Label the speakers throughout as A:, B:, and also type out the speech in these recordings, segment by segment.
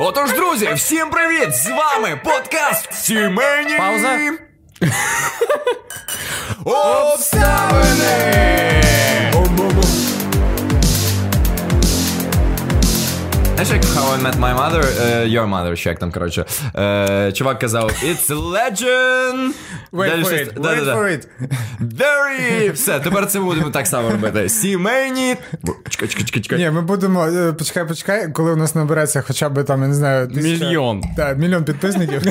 A: Отож, друзі, всім привіт! З вами подкаст Сімейні
B: Пауза.
A: Обставини. Знаєш, як в How I Met My Mother, е, Your Mother, ще як там, коротше. е, Чувак казав, it's legend. Далі
B: Wait for
A: щось-
B: it, wait
A: Да-да-да.
B: for it.
A: Very! Все, тепер це будемо так само робити. Сімейні. Бу- Чекай, чекай, чекай, чекай.
B: Ні, ми будемо. е, Почекай, почекай, коли у нас набереться хоча б там, я не знаю, тисяча-
C: Мільйон.
B: Так, мільйон підписників.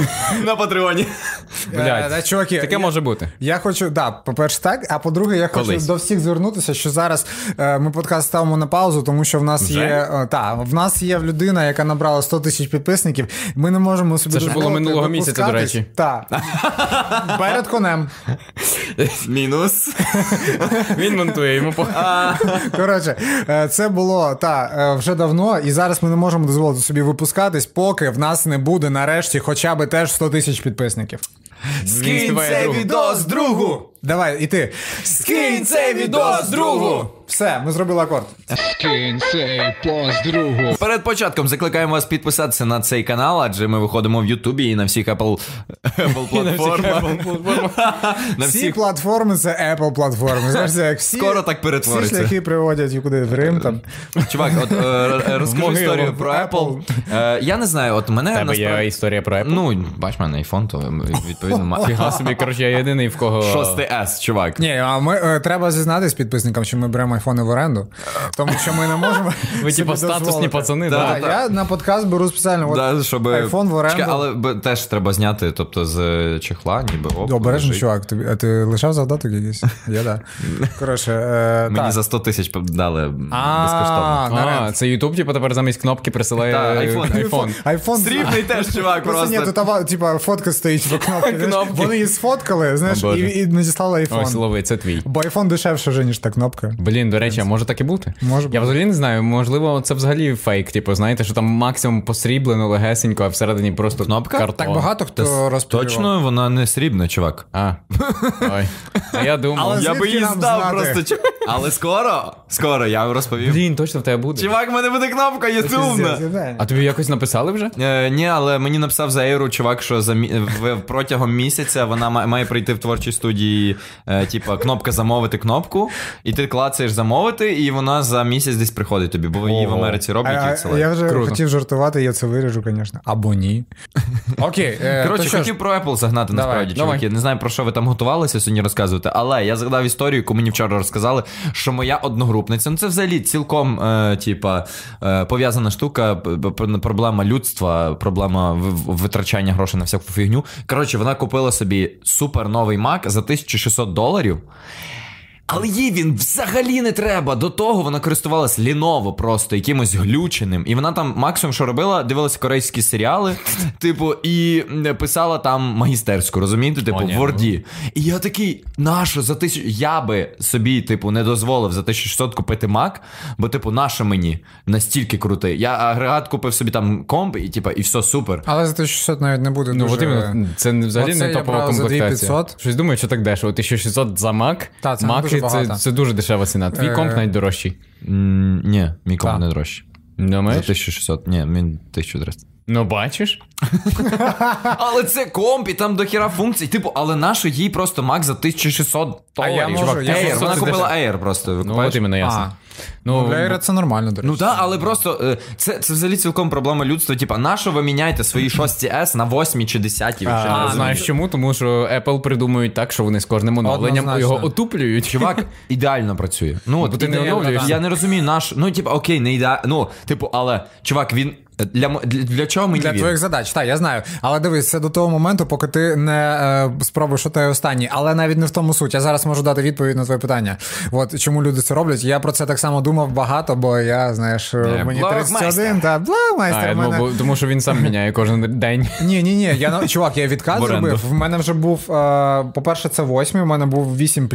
A: На патреоні.
B: Е,
C: Блядь.
B: да, Чуваки,
C: Таке може бути.
B: Я хочу, да, по-перше, так. А по-друге, я хочу
A: Колись.
B: до всіх звернутися, що зараз е, ми подкаст ставимо на паузу, тому що в нас
A: Вже?
B: є е, та в нас є людина, яка набрала 100 тисяч підписників. Ми не можемо собі
C: Це ж було
B: дозволити
C: минулого місяця, до речі.
B: випускатись. Та перед конем.
A: Мінус.
C: Він монтує йому по.
B: Коротше, е, це було та е, вже давно, і зараз ми не можемо дозволити собі випускатись, поки в нас не буде нарешті хоча б теж 100 тисяч підписників.
A: Скинь
C: Давай,
A: цей
C: другу.
A: відос другу.
B: Давай, і ти.
A: Скинь цей відос другу.
B: Все, ми зробили акорд.
D: Кінцей пост другу.
A: Перед початком закликаємо вас підписатися на цей канал, адже ми виходимо в Ютубі і на всіх Apple, Apple платформах. На
B: Всі
A: всіх
B: платформи це Apple платформи. Знаєш, це як всі,
A: Скоро так
B: всі
A: перетвориться.
B: шляхи приводять і куди в Рим там.
A: чувак, от е, е, розкажи
B: могилу,
A: історію про
B: в
A: Apple. Е, Я не знаю, от мене
C: Тебе є
A: насправді.
C: історія про Apple.
A: Ну, бач, в мене iPhone, то відповідно ма-
C: Фіга собі, коротше, я єдиний, в кого.
A: 6S, чувак.
B: Ні, а ми е, треба зізнатись підписникам, що ми беремо айфони в оренду, тому що ми не можемо.
A: типу,
C: Ви
B: собі
C: типа статусні
B: дозволити.
C: пацани,
B: А,
C: да?
A: так.
B: я на подкаст беру спеціально.
A: Да,
B: От,
A: щоб...
B: iPhone в оренду.
A: Чекай, але б- теж треба зняти, тобто з е, чехла, ніби оп,
B: Обережно,
A: лежить.
B: чувак, тобі, а ти лишав завдаток якийсь? Я да. Коротше, е,
A: Мені
B: так.
A: за 100 тисяч дали безкоштовно.
B: А, на
C: А,
B: рент.
C: це YouTube, типу, тепер замість кнопки присилає
A: Та, iPhone.
C: айфон.
B: Айфон
A: Срібний теж, чувак,
B: Просто ні,
A: просто.
B: тут ава- типа фотка стоїть в кнопці. знаєш.
C: Кнопки.
B: Вони її сфоткали, знаєш,
C: О, Боже.
B: і, і надіслали
C: Ось
B: айфон.
C: лови, це твій.
B: Бо айфон дешевше вже, ніж та кнопка.
C: Блін, до речі, а може так і бути?
B: Може
C: я взагалі не знаю, можливо, це взагалі фейк. Типу, знаєте, що там максимум посріблено легесенько, а всередині просто
A: Кнопка?
C: картон.
B: Так багато хто розповів.
A: Точно вона не срібна, чувак.
C: А. Ой. А я думав.
B: Але
A: Я
B: звідки
A: би її
B: нам
A: здав
B: знати?
A: просто. чувак. Але скоро, скоро я вам розповім.
C: Блін, точно в тебе буде.
A: Чувак, в мене буде кнопка, є сумна.
C: А тобі якось написали вже?
A: Е, ні, але мені написав за Ейру чувак, що за мі... в- протягом місяця вона ма- має прийти в творчій студії, е, типа кнопка замовити кнопку, і ти клацаєш замовити, і вона за місяць десь приходить тобі, бо її в
C: Ого.
A: Америці роблять і
B: А, а,
A: відсилають.
B: я вже
C: Круто.
B: хотів жартувати, я це виріжу, звісно. Або ні. Окей, е, то
A: Коротше,
B: що ж,
A: хотів про Apple загнати насправді,
C: давай.
A: чуваки. Не знаю про що ви там готувалися сьогодні розказувати, але я згадав історію, яку мені вчора розказали, що моя одногрупниця, ну це взагалі цілком, е, типа, е, пов'язана штука, п- п- проблема людства, проблема в- в- витрачання грошей на всяку фігню. Коротше, вона купила собі супер новий Mac за 1600 доларів. Але їй він взагалі не треба. До того вона користувалась ліново просто якимось глюченим. І вона там максимум, що робила, дивилася корейські серіали, типу, і м, писала там магістерську, розумієте? Типу,
C: О,
A: в
C: ні.
A: Ворді. І я такий, нащо за тисячу. Я би собі, типу, не дозволив за 1600 купити Мак, бо, типу, наша мені настільки крутий. Я агрегат купив собі там комп, і типу, і все супер.
B: Але за 1600 навіть не буде
C: Ну,
B: дуже...
C: от іменно, це не- взагалі
B: Оце
C: не
B: я
C: топова
B: брав за
C: комплектація.
B: 2500.
C: Щось думаю, що так дешево. 1600 за Мак.
B: Та, це не
C: Мак
B: дуже
C: і це,
B: багато.
C: це дуже дешева ціна. Твій
B: Е.
C: комп навіть дорожчий.
A: М, Ні, мій комп
B: Так.
A: не дорожчий. За
C: Думаєш?
A: 1600, ні, він 1300.
C: Ну бачиш?
A: Але це комп, і там до хіра функцій. Типу, але нащо їй просто Mac за 1600 доларів?
B: я можу,
A: чувак,
B: я
A: Air.
B: можу
A: Вона
B: собі
A: купила Air просто.
C: Ну
A: викупаєш?
C: от іменно ясно.
B: Ну,
C: Ну,
B: для Ейра це нормально, до речі.
A: Ну так, але просто е, це, це взагалі цілком проблема людства. Типа, на що ви міняєте свої 6 S на 8 чи 10? Я вже не
C: а,
A: розумію.
B: ну,
C: знаєш чому? Тому що Apple придумують так, що вони з кожним оновленням
B: Однозначно.
C: його отуплюють.
A: Чувак ідеально працює. Ну, от,
C: бо ти не
A: ідеально,
C: оновлюєшся.
A: Я не розумію наш. Ну, типу, окей, не ідеально. Ну, типу, але чувак, він е, для, мо- для, для чого мені
B: Для
A: він?
B: твоїх задач, так, я знаю. Але дивись, це до того моменту, поки ти не е, спробуєш що ти останній. Але навіть не в тому суть. Я зараз можу дати відповідь на твоє питання. От чому люди це роблять. Я про це так само думав багато, бо я, знаєш, е, мені
A: блогмайстер.
B: 31, та
C: А,
B: блогмайстер.
C: я
B: в мене...
C: думав, Е, ну, бо- тому що він сам міняє кожен день.
B: Ні, ні, ні. Я на- чувак, я відказ
A: В оренду.
B: зробив. В мене вже був, е, по-перше, це 8, в мене був 8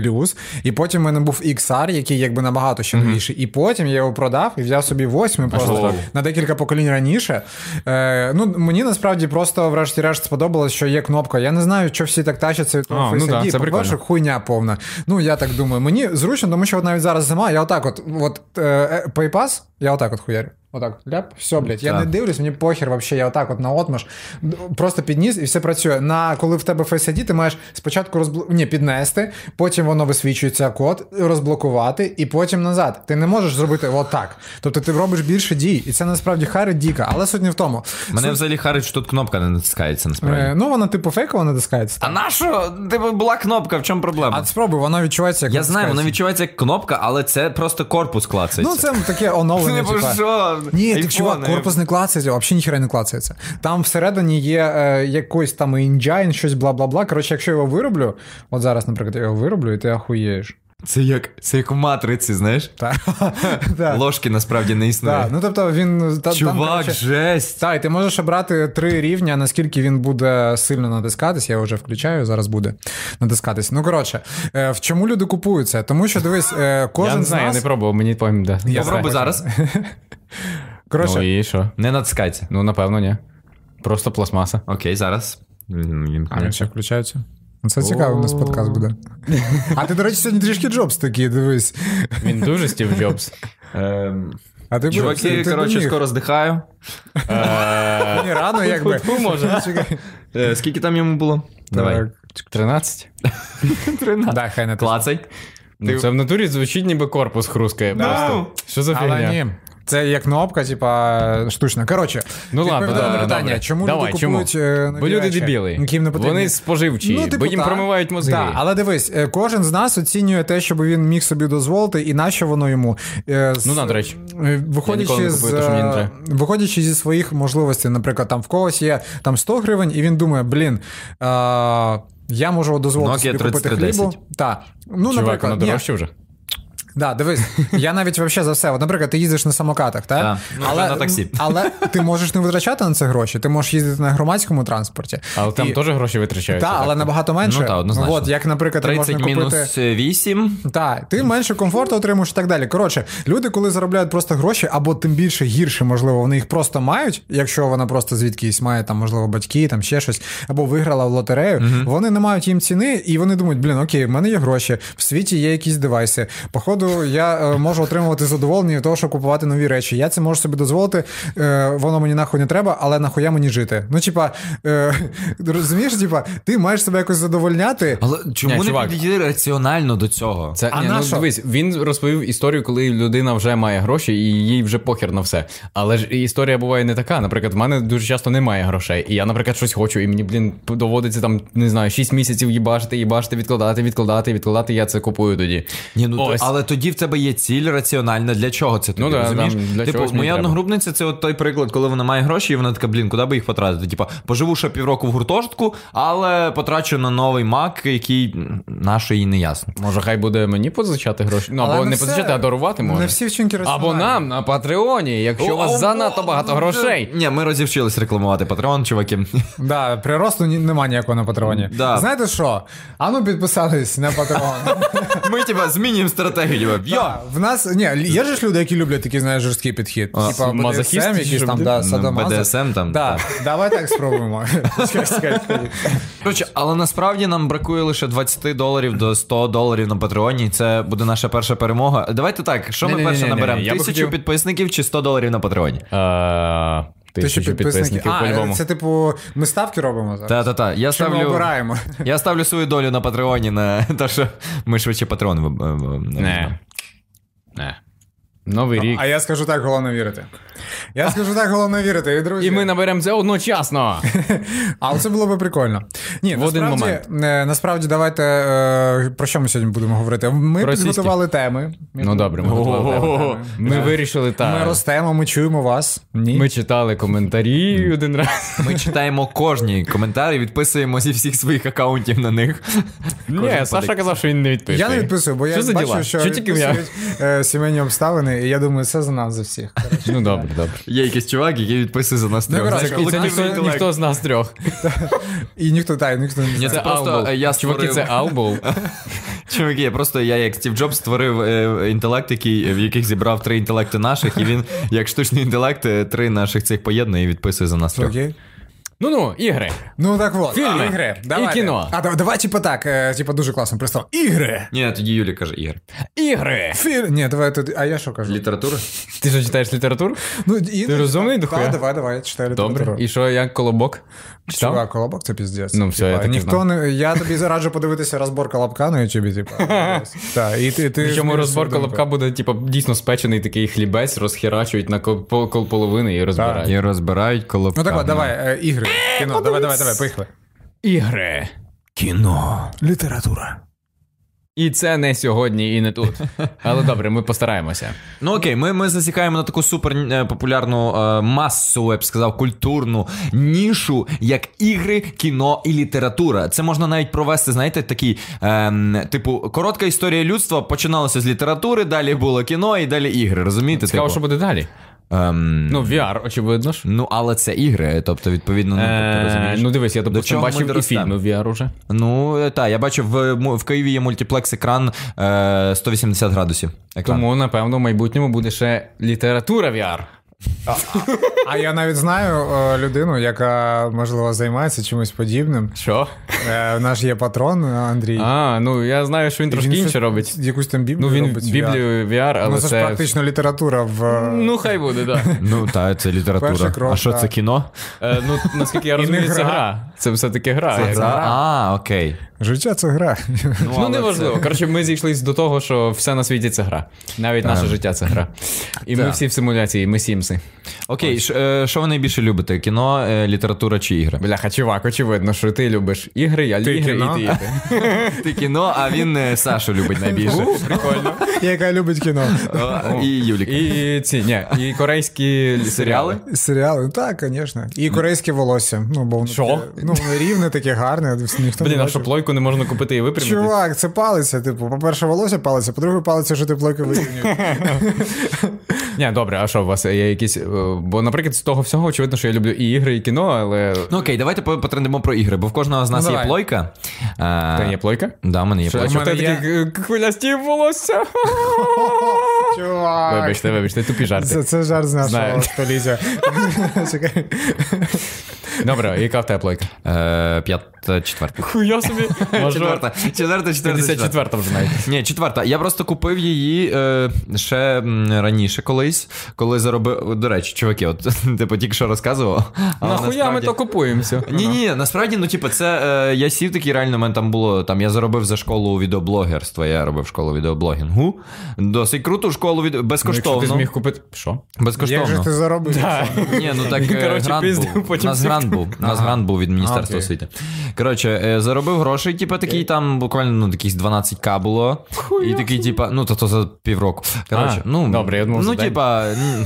B: і потім в мене був XR, який якби набагато ще новіший. І потім я його продав і взяв собі 8 просто
A: що?
B: на декілька поколінь раніше. Е, ну, мені насправді просто, врешті-решт, сподобалось, що є кнопка. Я не знаю, що всі так тащаться від того
C: А, ну
B: Face
C: да,
B: ID. По-перше,
C: це прикольно.
B: хуйня повна. Ну, я так думаю. Мені зручно, тому що от навіть зараз зима, е, я отак от, от е, PayPass, я отак от хуярю. Отак, ляп, все, блядь. Я
A: Так.
B: не дивлюсь, мені похер вообще, я отак от на отмаш. Просто підніс і все працює. На коли в тебе Face ID, ти маєш спочатку розбл... Ні, піднести, потім воно висвічується код, розблокувати, і потім назад. Ти не можеш зробити отак. Тобто ти робиш більше дій, і це насправді хари діка, але суть не в тому.
A: Мене
B: Суть-
A: взагалі харить, що тут кнопка не натискається
B: Е,
A: насправді.
B: Ну, вона типу фейкова натискається.
A: А на що? Типу була кнопка, в чому проблема?
B: А спробуй, вона відчувається як
A: Я знаю,
B: натискається.
A: вона відчувається як кнопка, але це просто корпус клацається.
B: Ну, це таке оновлення.
A: Типу,
B: типа.
A: що?
B: Ні, ти
A: Айфони.
B: чувак, корпус не клацається, взагалі ніхера не клацається. Там всередині є е, якийсь там інджайн, щось бла бла бла. Коротше, якщо я його вироблю, от зараз, наприклад, я його вироблю, і ти ахуєєш.
A: Це як, це як в матриці, знаєш?
B: Та. Та.
A: Ложки насправді не існує.
B: Та. Ну тобто він та- там,
A: Чувак,
B: коротше,
A: жесть.
B: та, і ти можеш обрати три рівня, наскільки він буде сильно натискатись. Я вже включаю, зараз буде натискатись. Ну коротше, е, в чому люди купуються? Тому що дивись, е, кожен
C: Я не
B: з
C: знаю, я
B: нас...
C: не пробував, мені потім да.
B: Я
A: Попробуй
B: знаю.
A: зараз.
B: коротше,
C: Ну і що?
A: Не натискайся.
C: Ну, напевно, ні. Просто пластмаса.
A: Окей, зараз. М, він
B: А він ще включається. Ну, Це цікаво, у нас подкаст буде. А ти, до речі, сьогодні трішки Джобс такий, дивись.
C: Він дуже Стів Джобс.
A: Ем,
B: А ти
A: Чуваки, коротше, скоро здихаю.
B: Ні, рано, якби.
C: Фу, може.
B: Чекай.
A: Е, Скільки там йому було? Давай.
B: Так.
C: 13?
B: Да, хай не клас.
A: Клацай.
C: Ну, це в натурі звучить, ніби корпус хрускає просто. Що за
B: Але
C: фігня?
B: ні. Ну, Це є кнопка, типа штучна. Коротше,
C: Ну ладно,
B: відповідаю на
C: добре,
B: питання,
C: добре.
B: чому
C: Давай,
B: люди
C: чому?
B: купують е,
C: Бо люди
B: набігачі,
C: дебіли.
B: яким не потрібні? Ну, типу,
C: Вони споживчі, бо їм
B: та.
C: промивають мозги.
B: Та, але дивись, е, кожен з нас оцінює те, щоб він міг собі дозволити, і нащо воно йому. Е, з-
C: Ну, на, до речі.
B: Е,
C: Я ніколи
B: Виходячи,
C: не
B: з,
C: купую, тому що мені не
B: е,
C: треба.
B: виходячи зі своїх можливостей, наприклад, там в когось є там 100 гривень, і він думає, блін. Е- я можу дозволити
A: Nokia
B: собі купити
A: 3310.
B: хлібу. Та. Ну,
C: Чувак,
B: наприклад,
C: воно
B: ні.
C: дорожче вже.
B: Да, дивись, я навіть вообще за все. От, наприклад, ти їздиш на самокатах, так?
A: Да. Ну, вже на таксі.
B: але ти можеш не витрачати на це гроші, ти можеш їздити на громадському транспорті.
C: Але там
B: І-
C: теж гроші витрачаються.
B: Та, але набагато менше.
A: Ну, та, однозначно.
B: От, як, наприклад, ти
A: 30
B: можна купити...
A: мінус 8.
B: Так, ти менше комфорту отримуєш і так далі. Коротше, люди, коли заробляють просто гроші, або тим більше гірше, можливо, вони їх просто мають, якщо вона просто звідкись має, там, можливо, батьки, там ще щось, або виграла в лотерею, вони не мають їм ціни, і вони думають, блін, окей, в мене є гроші, в світі є якісь девайси. Походу, я е, можу отримувати задоволення від того, що купувати нові речі. Я це можу собі дозволити, е, воно мені нахуй не треба, але нахуя мені жити. Ну, типа, е, розумієш, типа, ти маєш себе якось задовольняти.
A: Але чому
C: Ні,
A: не
C: чувак.
A: підійти раціонально до цього?
C: Це
B: А
C: ні,
B: на
C: ну,
B: що?
C: дивись, він розповів історію, коли людина вже має гроші і їй вже похер на все. Але ж і історія буває не така. Наприклад, в мене дуже часто немає грошей. І я, наприклад, щось хочу, і мені, блін, доводиться там, не знаю, 6 місяців їбашити, їбашити, відкладати, відкладати, відкладати. Я це купую тоді.
A: Ні, ну то,
C: Ось.
A: але тоді в тебе є ціль раціональна. Для чого це тобі,
C: Ну да,
A: розумієш?
C: там, для
A: типу,
C: чогось мені
A: моя
C: треба.
A: одногрупниця це от той приклад, коли вона має гроші, і вона така, блін, куди би їх потратити? Типа, поживу ще півроку в гуртожитку, але потрачу на новий мак, який м, на що їй не ясно.
C: Може, хай буде мені позичати гроші? Ну
B: Але
C: або не,
B: все-
C: позичати, а дарувати може.
B: Не всі вчинки
C: Або
B: раціональні.
C: нам на Патреоні, якщо у вас занадто багато грошей.
A: Ні, ми розівчились рекламувати Patreon, чуваки.
B: Да, приросту ні- нема ніякого на патреоні.
A: Да.
B: Знаєте що? Ану підписались на патреон.
A: Ми типа змінюємо стратегію. типа, Йо!
B: Да, В нас ні, є ж люди, які люблять такий знаєш жорсткий підхід. Типа
C: мазохісти
B: BDSM, якісь
C: ж
B: там да, садомазо.
A: BDSM там,
B: Да,
A: так.
B: давай так спробуємо. Чекай, чекай, чекай.
A: Коротше, але насправді нам бракує лише 20 доларів до 100 доларів на Патреоні. і Це буде наша перша перемога. Давайте так, що ми
C: Ні-ні-ні-ні-ні,
A: перше наберемо?
C: я би
A: Тисячу
C: хотів-
A: підписників чи 100 доларів на Патреоні?
C: Е,
B: Тисячу підписників. А,
C: по-любому.
B: це типу, ми ставки робимо зараз.
A: Та та та. Я
B: Що ми
A: ставлю.
B: обираємо?
A: Я ставлю свою долю на Патреоні на те, що ми швидше е, патрон
C: Не. Не. Новий рік.
B: А я скажу так, головне вірити. Я скажу так, головне вірити. І друзі.
C: І ми наберемо це одночасно.
B: А це було би прикольно. Ні,
C: В один
B: насправді, е, насправді, давайте е, про що ми сьогодні будемо говорити. Ми
C: Про
B: підготували теми.
C: Ну добре, ми,
A: Ого.
C: ми вирішили так.
B: Ми
C: Ми,
B: ростемо, ми чуємо вас. Ні.
C: читали коментарі один раз.
A: Ми читаємо кожні коментарі, відписуємо зі всіх своїх акаунтів на них.
C: Ні, Саша казав, що він не відписує.
B: Я не відписую, бо
C: що
B: я
C: за
B: бачу,
C: діла?
B: що
C: що тільки я.
B: відписують, е, сімейні обставини, і я думаю, це за нас за всіх.
C: Ну добре, добре.
A: Є якийсь чувак, який відписує за нас трьох.
B: коротше,
A: Це
C: І це
A: колективний
C: ніхто,
A: інтелект.
C: ніхто з нас трьох.
B: І ніхто та, і ніхто не
A: Ні,
B: знає.
A: це просто,
C: Аубол.
A: е, я
C: Чуваки,
A: створив-
C: це Аубол.
A: Чуваки, я просто я як Стів Джобс створив е, інтелект, який в яких зібрав три інтелекти наших, і він як штучний інтелект е, три наших цих поєднує і відписує за нас.
B: Це
A: трьох.
B: Окей.
C: Ну ну, ігри.
B: Ну так от,
C: Фільми.
B: ігри.
C: І
B: Давайте.
C: кіно.
B: А да- давай, типа так, е, типа дуже класно пристав. Ігри!
A: Ні, тоді Юлі каже Ігор.
C: Ігри!
B: Фільм. Ні, давай тут. А я що кажу?
A: Література?
C: Ти що читаєш літературу?
B: Ну, і...
C: Ти розумний, дохуя?
B: Так, давай, давай, читай
C: Добре. І що, як колобок? Читав?
B: Чувак, колобок це піздець.
C: Ну, все, я так і
B: ніхто
C: знав.
B: не. Я тобі зараджу подивитися розборка лапка на ютубі, типа. Так, і ти. ти
C: Причому
B: зміниш
C: розбор
B: свою думку.
C: колобка буде, типу, дійсно спечений такий хлібець, розхерачують на кол- по- кол половини і розбирають.
A: І розбирають колобка.
B: Ну так, от, давай, е, ігри. Кіно, давай, давай, давай, поїхали.
C: Ігри.
B: Кіно. Література.
C: І це не сьогодні, і не тут. Але добре, ми постараємося.
A: Ну окей, ми, ми засікаємо на таку супер е, популярну е, масу, я б сказав, культурну нішу, як ігри, кіно і література. Це можна навіть провести, знаєте, такий, ем, типу, коротка історія людства починалася з літератури, далі було кіно і далі ігри. Розумієте?
C: Цікаво,
A: типу?
C: що буде далі.
A: Ем,
C: Ну, VR, очевидно ж.
A: ну, але це ігри, тобто, відповідно, ну, тобто,
C: Е,
A: розумієш.
C: Ну дивись, я
A: До
C: допустим
A: чого ми
C: бачив і
A: доростемо?
C: фільми в VR уже.
A: Ну, так, я бачив, в, му- в Києві є мультиплекс-екран е, 180 градусів. Екран.
C: Тому, напевно, в майбутньому буде ще література VR.
B: А я навіть знаю е, людину, яка можливо займається чимось подібним.
C: Що?
B: Е, Наш є патрон е, Андрій.
C: А, ну я знаю, що він
B: І
C: трошки
B: щось-
C: інше робить.
B: Якусь там біблію
C: Ну, він
B: робить.
C: Біблію VR,
B: Ну,
C: але
B: це ж
C: це.
B: практично література в. е,
C: Ну, хай буде, так.
A: Ну, так, це література.
B: Перший крок,
A: а що
B: так.
A: це кіно?
C: Е, Ну, наскільки я
B: І не
C: розумію, це
B: гра.
C: гра. Це все-таки гра. Як-
A: А, окей.
B: Життя це гра.
C: Ну, неважливо. Коротше, ми зійшлись до того, що все на світі це гра. Навіть наше життя це гра. І ми всі в симуляції, ми сімси.
A: Окей, ш- е, що ви найбільше любите? Кіно, е, література чи ігри?
C: Бляха, чувак, очевидно, що ти любиш ігри, я
B: Ти
C: ігри,
B: кіно?
C: і ти ігри.
A: Ти кіно, а він е, Сашу любить найбільше.
C: Прикольно.
B: Яка любить кіно.
A: О, І Юлік.
C: І ці, ні, і корейські серіали.
B: Серіали, ну так, звісно. І корейське волосся. Ну, бо воно
C: Що?
B: таке, ну, воно рівне, таке гарне, ніхто не
C: Блін, а
B: бачив.
C: що плойку не можна купити і випрямити?
B: Чувак, це палиця. Типу, по-перше, волосся палиця, по-друге, палиця, що ти плойки вирівнює.
C: Ні, добре, а що у вас є якісь. е, Бо, наприклад, з того всього, очевидно, що я люблю і ігри, і кіно, але.
A: Ну окей, давайте по- потрендимо про ігри, бо в кожного з нас
B: Ну,
A: є
B: давай.
A: плойка. Е,
C: Та є плойка?
A: Да, в мене є
C: А
A: плойка.
C: що в
B: мене
C: тебе такі е, хвилясті волосся?
B: Чувак.
C: Вибачте, вибачте, тупі жарти.
B: Це, це жарт з
C: Знаю.
B: нашого століття. Чекай.
C: Добре, яка в тебе плойка?
A: Е, П'ята, четверта.
C: Хуя собі. Може,
A: Четверта, четверта, четверта. четверта.
C: 54 вже навіть.
A: Ні, четверта. Я просто купив її е, ще м, раніше колись, коли заробив. До речі, чуваки, от типу тільки що розказував. але
C: Нахуя ми
A: насправді-
C: то купуємося?
A: Ні, ні, насправді, ну типу, це е, я сів такий реально. в мене там було там. Я заробив за школу відеоблогерства. Я робив школу відеоблогінгу. Досить круто, школу від
C: Ну, Якщо ти
A: безкоштовно.
C: зміг купити. Що?
B: Як же
A: Безкоштовно.
B: ти заробив?
A: Ні, ну так е,
C: Коротше,
A: грант
C: пиздив,
A: був. У
C: потім
A: нас
C: всіх.
A: грант був. У нас грант був від Міністерства
B: А, окей.
A: освіти. Коротше, е, заробив гроші, типу, такий там буквально ну, якісь 12к було. І такий, типа, ну то, то за півроку. Коротше,
C: А,
A: ну,
C: добре, я думав, за
A: ну,
C: день.
A: типа. м,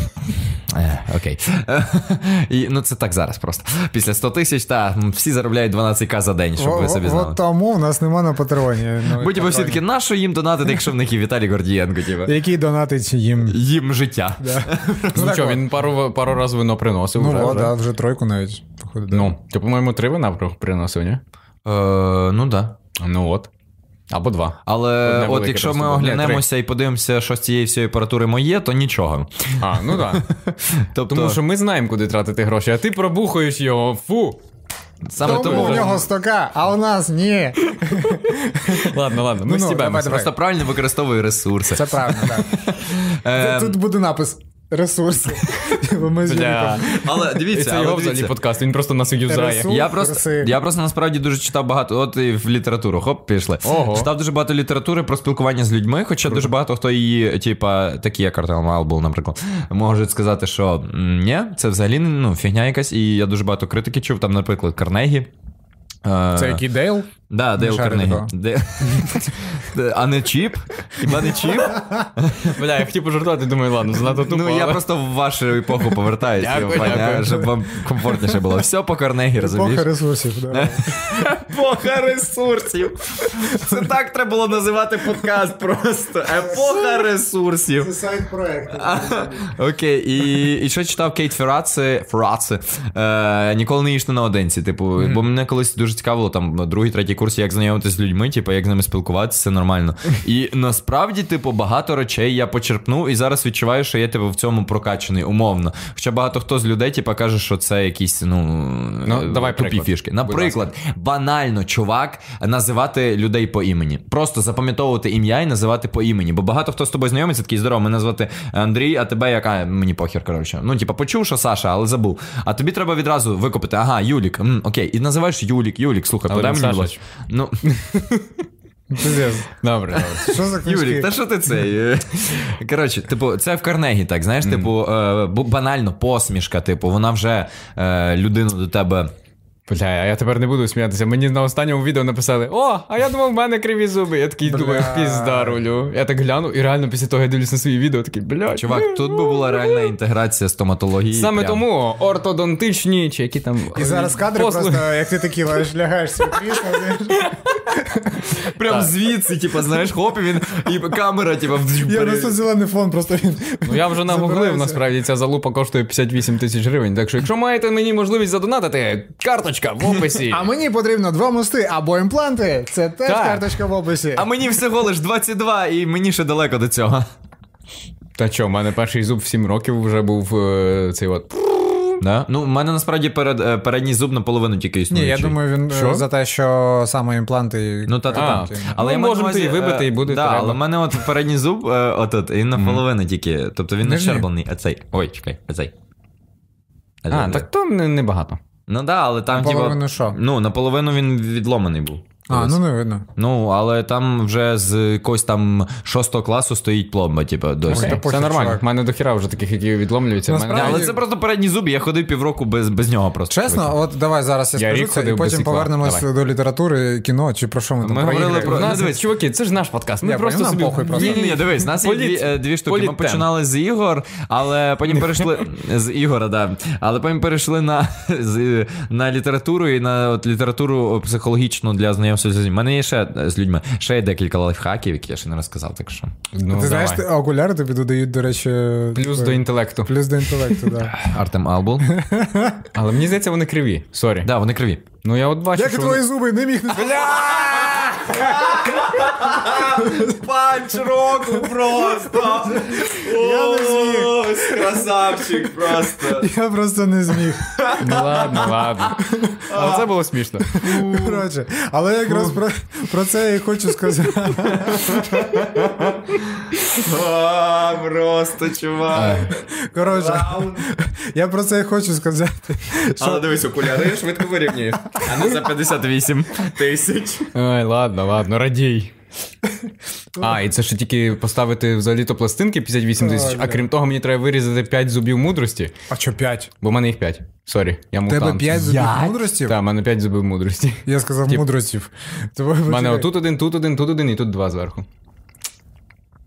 A: е, Окей. І, ну, це так зараз просто. Після 100 тисяч, та м, всі заробляють 12к за день, щоб ви собі знали.
B: От тому в нас нема на патреоні. Ну,
A: Будь бо всі такі, на що їм донатити, якщо в них є Віталій Гордієнко, типа.
B: Які донатить їм.
A: Їм життя.
C: Ну
B: так
C: що,
B: от.
C: він пару пару раз вино приносив.
B: Ну,
C: вже,
B: о,
C: вже.
B: да, вже тройку навіть. походу, да.
C: Ну, ти, по-моєму, три вина при- приносив, ні?
A: Е, ну да.
C: Ну от. Або два.
A: Але
C: Одне
A: от
C: велике
A: якщо
C: просто
A: ми
C: було.
A: оглянемося і подивимося, що з цієї всієї апаратури моє, то нічого.
C: А, ну так.
A: Тобто,
C: Тому що ми знаємо, куди тратити гроші, а ти пробухуєш його. Фу.
A: саме тому,
B: Тому у нього 100к, а у нас ні.
C: Ладно, ладно, ми
B: Ну, ну,
C: стібаємо.
B: давай, давай.
A: просто правильно використовує ресурси.
B: Це правильно, так.
A: Е,
B: Це- Тут буде напис ресурси. Бо Ми з
C: Бля.
B: Юріком.
A: Але
C: І
A: дивіться,
C: це
A: але
C: його взагалі
A: дивіться.
C: подкаст, він просто нас юзає.
B: Ресурс.
A: Я просто,
B: Красиво.
A: я просто насправді дуже читав багато. От і в літературу, хоп, пішли.
C: Ого.
A: Читав дуже багато літератури про спілкування з людьми, хоча дуже багато хто її, типа, такі як Артем Малбул, наприклад, можуть сказати, що «М, ні, це взагалі ну, фігня якась, і я дуже багато критики чув. Там, наприклад, Карнегі. Е,
B: Це який Дейл?
A: Да, Дейл
B: шарю
A: Карнегі.
B: такого.
A: Де... А не чіп? Хіба не чіп?
C: Бля, я хотів пожартувати, думаю, ладно, занадто тупо.
A: Ну я
C: але-
A: просто в вашу епоху повертаюся,
C: Дякую, дякую.
A: щоб вам комфортніше було. Все по Карнегі, розумієш? Е.
B: Поха ресурсів. да.
A: Епоха ресурсів. Це так треба було називати подкаст просто. Епоха ресурсів.
B: Це сайт проекту.
A: Окей, і, і що читав Кейт Ферраці, Ферраці е, ніколи не їж не наодинці. Типу, бо мене колись дуже цікавило, там другий, третій курс, як знайомитися з людьми, типу, як з ними спілкуватися, це нормально. І насправді, типу, багато речей я почерпнув і зараз відчуваю, що я типу в цьому прокачаний, умовно. Хоча багато хто з людей, типу, каже, що це якісь ну,
C: Ну,
A: е,
C: давай
A: тупі
C: приклад.
A: фішки.
C: Будь
A: Наприклад, банально чувак називати людей по імені. Просто запам'ятовувати ім'я і називати по імені. Бо багато хто з тобою знайомиться, такий здорово, мене звати Андрій, а тебе яка мені похер, коротше. Ну, типа, почув, що Саша, але забув. А тобі треба відразу викопити, ага, Юлік, м, окей. І називаєш Юлік, Юлік, слухай,
C: Але
A: подай
C: він
A: мені.
C: Саша
A: лось.
C: ж.
A: Ну,
B: Пиздец.
C: Добре, добре.
B: Що за книжки?
A: Юлік, та що ти це? Е, Коротше, типу, це в Карнегі, так, знаєш, типу, е, бу- банально посмішка, типу, вона вже е, людину до тебе.
C: Бля, а я тепер не буду сміятися. Мені на останньому відео написали: О, а я думав, в мене криві зуби. Я такий
B: Бля.
C: думаю, пізда рулю. Я так гляну, і реально після того я дивлюсь на свої відео, такий, бля,
A: Чувак, тут би була реальна інтеграція стоматології.
C: Саме
A: прям.
C: тому ортодонтичні чи які там.
B: І зараз кадри
C: послуги.
B: просто, як ти такі лежиш, лягаєшся в крісло, знаєш.
A: Прям звідси, типу, знаєш, хоп, і він і камера, типу, в-
B: Я просто зелений фон, просто він.
C: Ну я вже нагуглив,
B: забирається.
C: насправді ця залупа коштує 58 тисяч гривень. Так що, якщо маєте мені можливість задонатити, карточка в описі.
B: А мені потрібно два мости або імпланти. Це теж
C: Так.
B: карточка в описі.
A: А мені всього лиш 22, і мені ще далеко до цього.
C: Та що, в мене перший зуб в 7 років вже був е, цей от.
A: Да? Ну, в мене насправді перед, е, передній зуб наполовину тільки
B: Ні,
A: існує.
B: я думаю, він е,
C: Що?
B: за те, що саме імпланти. і-
A: Ну, та, та,
C: А,
A: та.
C: ну,
A: я маю на
C: можемо
A: увазі,
C: ти і вибити,
A: е,
C: і буде
A: да,
C: треба.
A: Але в мене от передній зуб, е, отут, він наполовину тільки. Тобто він не
B: Нижній?
A: щерблений, а цей. Ой, чекай, а цей. А,
C: А,
A: цей,
C: так то не- небагато.
A: Ну да, але там
B: Наполовину
A: типа,
B: що?
A: Ну, наполовину він відломаний був.
B: А, ну не видно.
A: Ну, але там вже з якогось там шостого класу стоїть пломба, типу, досі.
B: Окей. Та похер,
C: Це нормально.
B: чувак.
C: У мене до хіра вже таких, які відломлюються. В мене-
A: Ні,
B: Насправді-
A: але це просто передні зуби, я ходив півроку без, без нього просто.
B: Чесно, от давай зараз я,
C: Я
B: скажу
C: рік
B: це, і
C: ходив без
B: потім
C: ікла.
B: повернемось
C: Давай.
B: до літератури, кіно чи про що ми там
A: Ми
B: про
A: говорили
B: ігри.
A: про-
C: У
A: Ну,
C: нас,
A: дивись.
C: чуваки, це ж наш подкаст. Ми
B: Я
C: просто
B: поняв,
C: собі
B: нам похуй просто.
A: Ні,
C: вільний-
A: ні, ні, дивись, нас є
C: Політ.
A: дві, е, дві штуки. Ми
C: Політтем.
A: починали з ігор, але потім перейшли з ігора, да. Але потім перейшли на, з, на літературу і на от, літературу психологічну для знайомства з людьми. У мене є ще е, з людьми. Ще є декілька лайфхаків, які я ще не розказав, так що.
C: Ну,
B: Ти знаєш, ти-
C: давай.
B: окуляри тобі додають, до речі,
C: Плюс
B: типу,
C: до інтелекту.
B: плюс до інтелекту, да.
A: Артем Албул.
C: Але мені здається, вони криві. Сорі.
A: Да, вони криві.
C: Ну я от бачу.
B: Як і
C: що
B: твої зуби не міг не
A: Панч року просто!
B: Я не зміг.
A: Красавчик просто.
B: Я просто не зміг.
C: вони- Ну ладно, ладно. Але це було смішно.
B: Коротше, але якраз про, про це я і хочу сказати.
A: Просто чувак.
B: Коротше, я про це і хочу сказати.
A: Але дивись, окуляри швидко вирівнюєш. А не за 58 тисяч.
C: Ой, ладно, ладно, радій. А, і це ще тільки поставити взагалі-то пластинки 58 тисяч, а крім того, мені треба вирізати 5 зубів мудрості,
B: А що, п'ять?
C: бо в мене їх 5. Сорі, я
B: У
C: мутант.
B: тебе п'ять зубів мудростів?
C: Так, в мене 5 зубів мудрості.
B: Я сказав мудростів.
C: У
B: У
C: мене отут один, тут один, тут один і тут два зверху.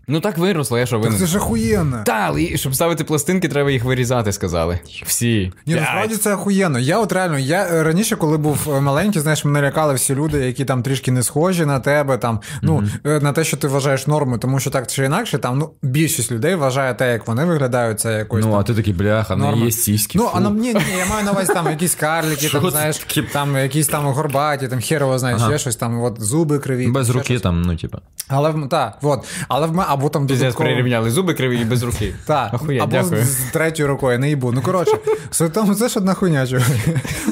C: Ну так виросло, я що винен.
B: Це ж охуєнно.
C: Та, але і щоб ставити пластинки, треба їх вирізати, сказали. Всі.
B: Ні,
C: П'ять.
B: насправді це охуєнно. Я от реально, я е, раніше, коли був е, маленький, знаєш, мене лякали всі люди, які там трішки не схожі на тебе, там, ну, е, на те, що ти вважаєш нормою, тому що так чи інакше, там ну, більшість людей вважає те, як вони виглядають, це якось.
A: Ну, а ти такий, бляха, не
B: Норма.
A: є сіськи.
B: Ну, а нам ні, ні, я маю на увазі там якісь карліки,
A: Що
B: там
A: це
B: знаєш,
A: таке?
B: там якісь там горбаті, там херово знаєш,
A: Ага.
B: ще щось там, от зуби криві.
A: Без
B: ще
A: руки
B: щось.
A: там, ну, типа.
B: Але в та, от, але в мене або там
C: Піздець
B: додатково-
C: прирівняли зуби криві і без руки.
B: Та,
C: Ахуєть,
B: або
C: дякую.
B: з, з третьою рукою, не їбу. Ну коротше, суть в тому, це ж одна хуйня, чувак.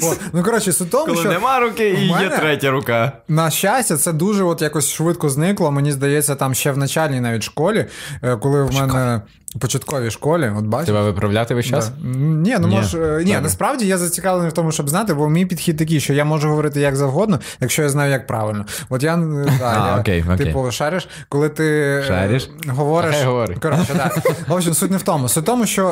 B: О, Ну коротше, суть в тому,
A: Коли
B: що
A: нема руки і
B: в
A: є
B: мене-
A: третя рука.
B: на щастя, це дуже от якось швидко зникло. Мені здається, там ще в начальній навіть школі, е, коли в мене початковій школі, от бачиш.
C: Тебе виправляти весь час?
B: Да. М, Ні, ну
A: Ні.
B: може, е, ні, насправді я зацікавлений в тому, щоб знати, бо мій підхід такий, що я можу говорити як завгодно, якщо я знаю, як правильно. От я, е, да,
A: А,
B: я
A: окей, окей.
B: типу шариш, коли ти е,
A: Шариш?
B: говориш.
C: Хай говорить.
B: Коротше, да. В общем, суть не в тому. Суть в тому, що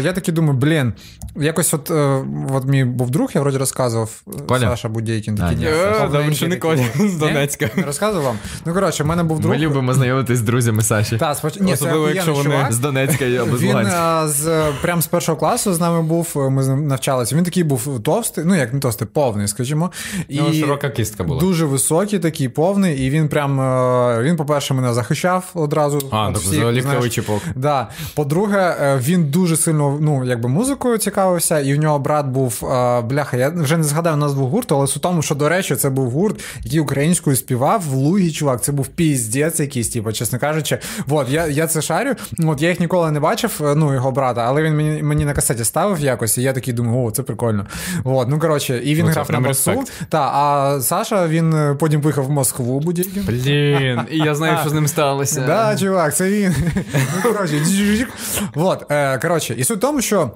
B: е, я таки думаю, блін, якось от, е, от мій був друг, я вроді розказував, е,
A: Коля?
B: Саша Будєйкін такий.
A: ні.
B: е, повненький
C: Добре, що не
B: такий.
C: Коля з
B: Ні?
C: Донецька.
B: Не розказував вам? Ну, коротше, в мене був друг.
A: Ми любимо знайомитись з друзями Саші.
B: Та, споч... Ні, це
C: Особливо,
B: охуєнний
C: якщо вони
B: чувак.
A: З Донецька і або з
B: Він
A: Луганська.
B: а, з прям з першого класу з нами був. е, Ми з ним навчалися. Він такий був товстий, ну як не товстий, повний, скажімо. І
C: нього Ну, широка кістка була.
B: Дуже високий, такий повний, і він прям е, він, по-перше, мене захищав одразу.
C: А,
B: від
A: ну,
C: тобто
B: всіх,
C: взагалі
B: знаєш.
C: ліктовий чіпок.
B: Да. По-друге, е, він дуже сильно ну, якби музикою цікавився, і в нього брат був е, бляха. Я вже не згадав назву гурту, але суть в тому, що до речі, це був гурт, який українською співав в Лугі, чувак. Це був піздець якийсь, типу, чесно кажучи. От я, я це шарю. От я їх ніколи не бачив, е, ну його брата, але він мені, мені на касеті ставив якось, і я такий думаю, о, це прикольно. От, ну коротше, і він
C: Ну, це
B: грав на
C: прям
B: басу.
C: респект.
B: Та, а Саша він е, потім поїхав в Москву будь-яким.
C: Блін, і я знаю, що з ним сталося.
B: Да, чувак, це він. Ну, коротше, дзюк. вот, е, коротше, і суть в тому, що.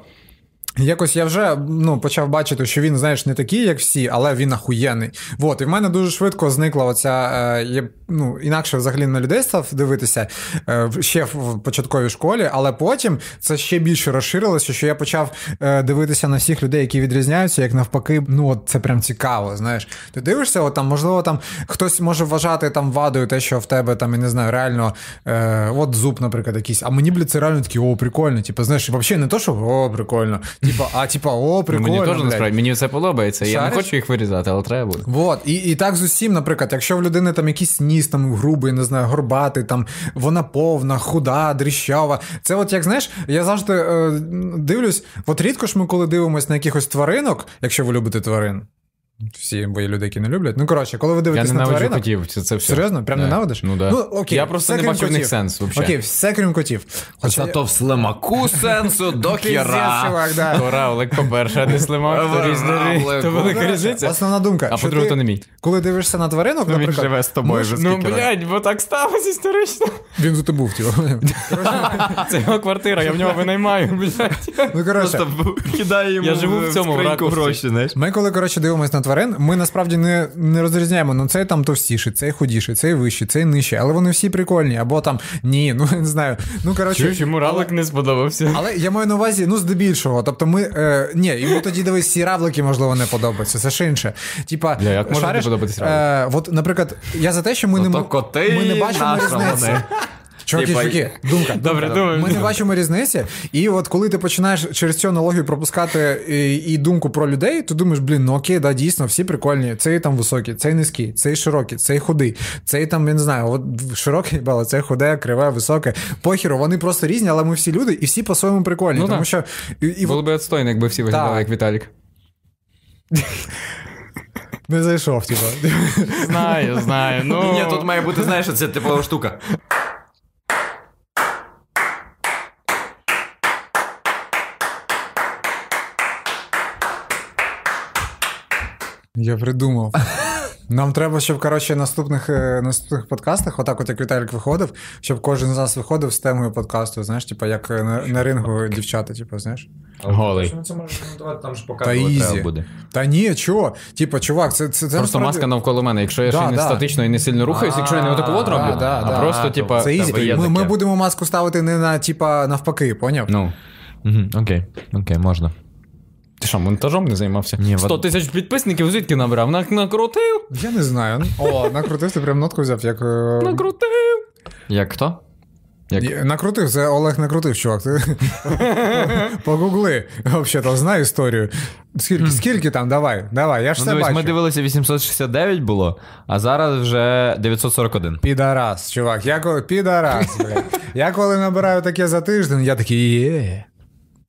B: Якось я вже ну, почав бачити, що він, знаєш, не такий, як всі, але він ахуєнний. Вот, і в мене дуже швидко зникла оця. Е, я, ну, інакше взагалі на людей став дивитися е, в- ще в початковій школі, але потім це ще більше розширилося, що я почав е, дивитися на всіх людей, які відрізняються, як навпаки, ну от це прям цікаво. Знаєш, ти дивишся, от там, можливо, там хтось може вважати там вадою те, що в тебе там, я не знаю, реально, е, от зуб, наприклад, якийсь. А мені, блядь, це реально такі, о, прикольно. Типу, знаєш, взагалі не то, що о, прикольно. Типа, а типа, о,
C: Ну,
B: прикольно.
C: Мені теж
B: блядь.
C: насправді, мені це подобається. Я не
B: Шариш?
C: хочу їх вирізати, але треба буде.
B: Вот, і, і так з усім, наприклад, якщо в людини там якийсь ніс, там грубий, не знаю, горбатий, там вона повна, худа, дріщава. Це от як знаєш, я завжди е, дивлюсь, от рідко ж ми коли дивимося на якихось тваринок, якщо ви любите тварин. Всі бо є люди, які не люблять. Ну коротше, коли ви
C: Я
B: дивитесь на
C: ненавиджу
B: тваринок.
C: котів, це, це все.
B: Серйозно? Прям
C: Да.
B: ненавидиш?
C: Ну, да.
B: ну окей,
C: Я просто
B: все,
C: не
B: крім
C: бачу в них
B: котів.
C: сенс взагалі.
B: Окей, все крім котів. Хоча я-
A: Зато в слимаку сенсу до
B: Пиздець,
A: хіра.
B: чувак, да. Ну,
C: Кора, Олег, по-перше, а ти слимак, то різні.
A: Олег,
C: То велика
B: Коротше,
C: різниця.
B: Основна думка.
C: А
B: що
C: по-друге,
B: ти,
C: то не мій.
B: Коли дивишся на тваринок,
A: Він
B: наприклад,
A: живе з тобою вже
C: Ну,
A: скільки років.
C: блядь, бо так сталося історично.
B: він за тобою втів.
C: Це його квартира, я в нього винаймаю, блядь.
B: Ну, коротше,
A: Просто б- кидає йому
C: Я живу в цьому
A: скриньку
C: ракурсі.
A: гроші, знаєш.
B: Ми коли коротше дивимося на тварин, ми насправді не, не розрізняємо, ну цей там товстіший, цей худіший, цей вищий, цей нижчий, але вони всі прикольні, або там ні, ну не знаю. Ну коротше,
C: Чуєш, йому ралик не сподобався.
B: але я маю на увазі, ну здебільшого. Тобто ми е, ні, йому тоді дивись, сі равлики, можливо, не подобаються. Це ж інше. Типа,
C: Бля, як може не
B: шариш,
C: подобатись
B: е, От, наприклад, я за те, що ми не
A: То
B: м-
A: коти
B: ми не бачимо
A: наша
B: різниці.
A: вони.
B: Чуваки,
A: Типа-
B: чуваки, думка.
C: Добре,
B: думка.
C: думаю.
B: Ми не бачимо різниці. І от коли ти починаєш через цю аналогію пропускати і, і думку про людей, то думаєш, блін, ну окей, да, дійсно, всі прикольні. Цей там високий, цей низький, цей широкий, цей худий, цей там, я не знаю, от широкий бала, це худе, криве, високе. Похіру, вони просто різні, але ми всі люди і всі по-своєму прикольні.
C: Ну
B: тому
C: так.
B: що і, і
C: Було би відстойно, якби всі виглядали
B: Так.
C: як Віталік.
B: не зайшов, типу.
C: Знаю, знаю. Ну
A: Ні, тут має бути, знаєш, це типова штука.
B: Я придумав. Нам треба, щоб коротше, наступних е, наступних подкастах, отак, от як Віталік виходив, щоб кожен з нас виходив з темою подкасту, знаєш, типу, як е, на, на рингу дівчата, типу, знаєш.
C: голий.
A: Це можна коментувати, там ж
B: Та ізі. Та ні, чого? Типа, чувак, це це, це
C: Просто
B: насправді-
C: маска навколо мене. Якщо я
B: Да,
C: ще не
B: да.
C: статично і не сильно рухаюсь, якщо я не отаку от
A: А,
C: роблю,
B: да,
C: а
B: да.
C: просто, типа,
B: Це
C: в тебе
B: ізі.
C: є
B: Ми, ми
C: таке.
B: будемо маску ставити не на типа навпаки, поняв?
C: Ну.
A: Окей, окей, можна.
C: Ти що, монтажом не займався?
A: Ні,
C: 100
A: вад-
C: тисяч підписників звідки набрав? На- Накрутив?
B: Я не знаю. Ну, О, накрутив, ти прям нотку взяв, як. е,
C: Накрутив.
A: Як хто?
B: Є- Накрутив, це Олег накрутив, чувак. Ти- Погугли. Взагалі-то знаю історію. Скільки, скільки там? Давай, давай, я ж
A: Ну,
B: все
A: дивись, ми
B: бачу.
A: дивилися 869 було, а зараз вже 941.
B: Підарас, чувак, я коли підарас, блядь. Я коли набираю таке за тиждень, я такий є.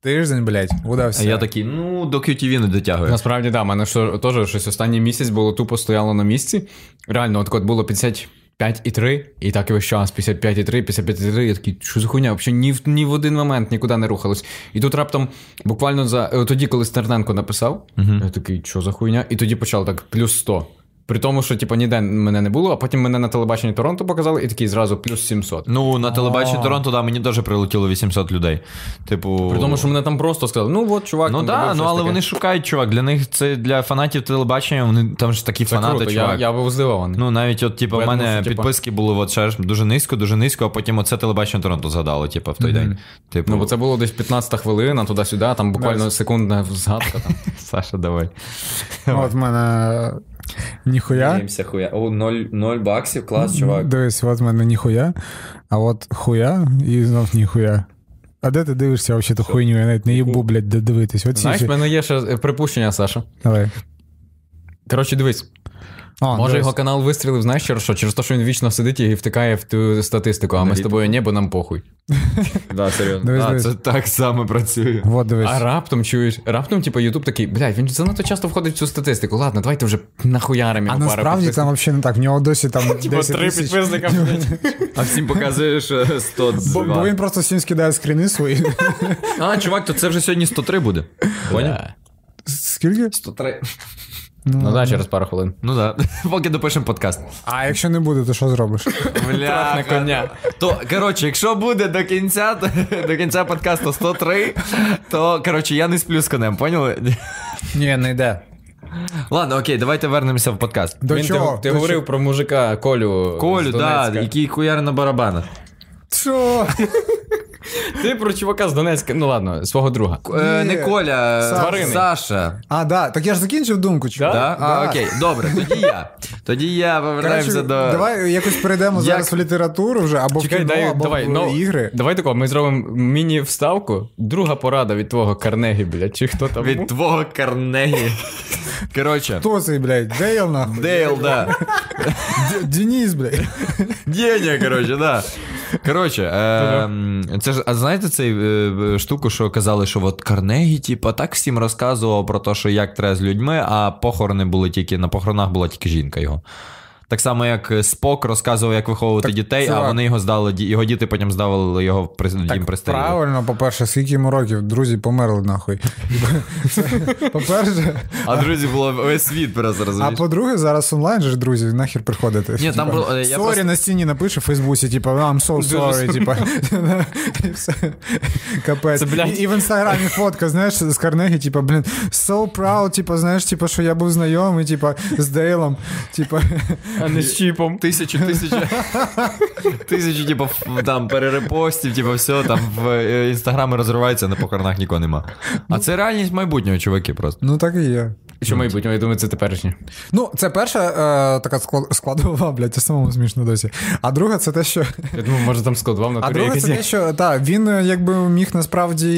B: Тиждень, блядь, удався.
A: А я такий, ну, до QTV не дотягує.
C: Насправді, да, в мене що- теж щось останній місяць було тупо стояло на місці. Реально, от от було 55,3, і так і весь час 55,3, 55,3, я такий, що за хуйня, взагалі ні, в- ні в один момент нікуди не рухалось. І тут раптом, буквально за е, тоді, коли Стерненко написав, я такий, що за хуйня? І тоді почало так плюс 100. При тому, що типу, ніде мене не було, а потім мене на телебаченні Торонто показали, і такий зразу плюс 700.
A: Ну, на телебаченні Торонто, да, мені теж прилетіло 800 людей. Типу.
C: При тому, що мене там просто сказали, ну от чувак,
A: Ну
C: там
A: да,
C: робив
A: ну
C: щось
A: але
C: таке.
A: вони шукають, чувак. Для них це для фанатів телебачення, вони там ж такі
C: Це
A: фанати,
C: круто,
A: чувак.
C: я, я був здивований.
A: Ну, навіть от, типу,
C: Бо
A: в
C: я
A: мене
C: думав, що, типу-
A: підписки були от ще ж дуже низько, дуже низько, а потім оце телебачення Торонто згадало, типу, в той день. Типу,
C: Ну, бо це було десь 15 хвилина туди-сюди, там буквально секундна згадка. Там.
A: Саша, давай.
B: От в мене е, ніхуя.
A: Дивимося хуя. О, 0
B: Ну,
A: баксів, клас,
B: Дивись, от в мене ніхуя, а от хуя і знов ніхуя. А де ти дивишся взагалі ту хуйню? Я навіть не їбу, блядь, де дивитись. Оці
C: Знаєш, в
B: всі-
C: мене є ще е, припущення, Саша.
B: Давай.
C: Коротше, дивись,
B: О,
C: може
B: дивись.
C: його канал вистрілив, знаєш через що? Через те, що він вічно сидить і втикає в ту статистику, а ми з тобою ні, бо нам похуй.
A: Да, серйозно.
B: Дивись,
A: Да,
B: дивись.
A: це так само працює.
B: Вот дивись.
C: А раптом чуєш, раптом, типу, Ютуб такий, блядь, він занадто часто входить в цю статистику. Ладно, давайте вже нахуяримо
B: А
C: йому пару
B: насправді там взагалі не так. В нього досі там 10 тисяч.
C: Типу, підписника. блядь.
A: А всім показуєш е, 102.
B: Бо, бо він просто всім скидає скріни свої.
A: А, чувак, то це вже сьогодні 103 буде. Поняв?
C: Да.
B: Скільки?
A: 103.
C: Ну да, через пару хвилин.
A: Ну да, поки допишемо подкаст.
B: А якщо не буде, то що зробиш?
A: Бля,
C: на коня.
A: То, коротше, якщо буде до кінця, до кінця подкасту 103, то, коротше, я не сплю з конем, поняли?
E: Ні, не йде.
A: Ладно, окей, давайте вернемося в подкаст.
B: До
C: Він, ти,
B: чого?
C: ти
B: До
C: говорив про мужика Колю.
A: Колю,
C: з
A: да,
C: Донецька.
A: який хуяр на барабанах.
B: Що?
C: Ти про чувака з Донецька, ну ладно, свого друга.
A: К- е, Не
B: Ні.
A: Коля, е,
C: Тварини.
A: Саша.
B: А, да. Так я ж закінчив думку, чувак.
A: Да? А,
B: Да.
A: окей, добре, тоді я. Тоді я повертаємося
B: Коротше,
A: до.
B: давай якось перейдемо
A: Як-
B: зараз в літературу вже, або в
C: Чекай,
B: кіно,
C: дай,
B: або
C: давай,
B: в
C: ну,
B: ігри.
C: давай тако, ми зробимо міні-вставку. Друга порада від твого Карнегі, блядь, чи хто там.
A: Від
C: був.
A: твого Карнегі. Коротше.
B: Хто цей, блядь? Дейл нахуй.
A: Дейл, да.
B: Д- Дініс, блядь.
A: Деня, коротше, да. Коротше,
B: Ну
A: е, м, це ж, а знаєте цей е, е, штуку, що казали, що от Карнегі, типа, так всім розказував про те, що як треба з людьми, а похорони були тільки, на похоронах була тільки жінка його. Так само, як е, Спок розказував, як виховувати дітей,
B: це
A: а
B: ва-
A: вони його здали, ді- його діти потім здавали його в при- дім пристрілили.
B: Правильно, по-перше, скільки йому років, друзі померли нахуй. Це, По-перше,
A: А друзі, було весь світ просто
B: а
A: розумієш.
B: по-друге, зараз онлайн же ж друзі, нахер приходити.
A: Ні, там
B: Типа,
A: було- е, я
B: sorry
A: просто-
B: на стіні напише в Фейсбуці, типа, I'm so sorry, типа. І все. Капець.
C: Це, блядь.
B: І, і в інстаграмі фотка, знаєш, з Карнегі, типа, блін, so proud, типа, знаєш, типа, що я був знайомий, типа, з Дейлом, типа.
C: А не з чіпом.
A: Тисячі, тисячі, тисячі, типу, в- там перерепостів, типу, все, там в е, інстаграми розриваються, а на похоронах нікого нема. А це реальність майбутнього, чуваки, просто.
B: Ну так і є.
C: Що майбутнє, я думаю, це теперішнє.
B: Ну, це перша е, така склад- складова, блядь, і самому смішно досі. А друга, це те, що
C: Я думаю, може там складував на
B: А
C: турі
B: друге,
C: якийсь.
B: це те, що та, він е, якби міг насправді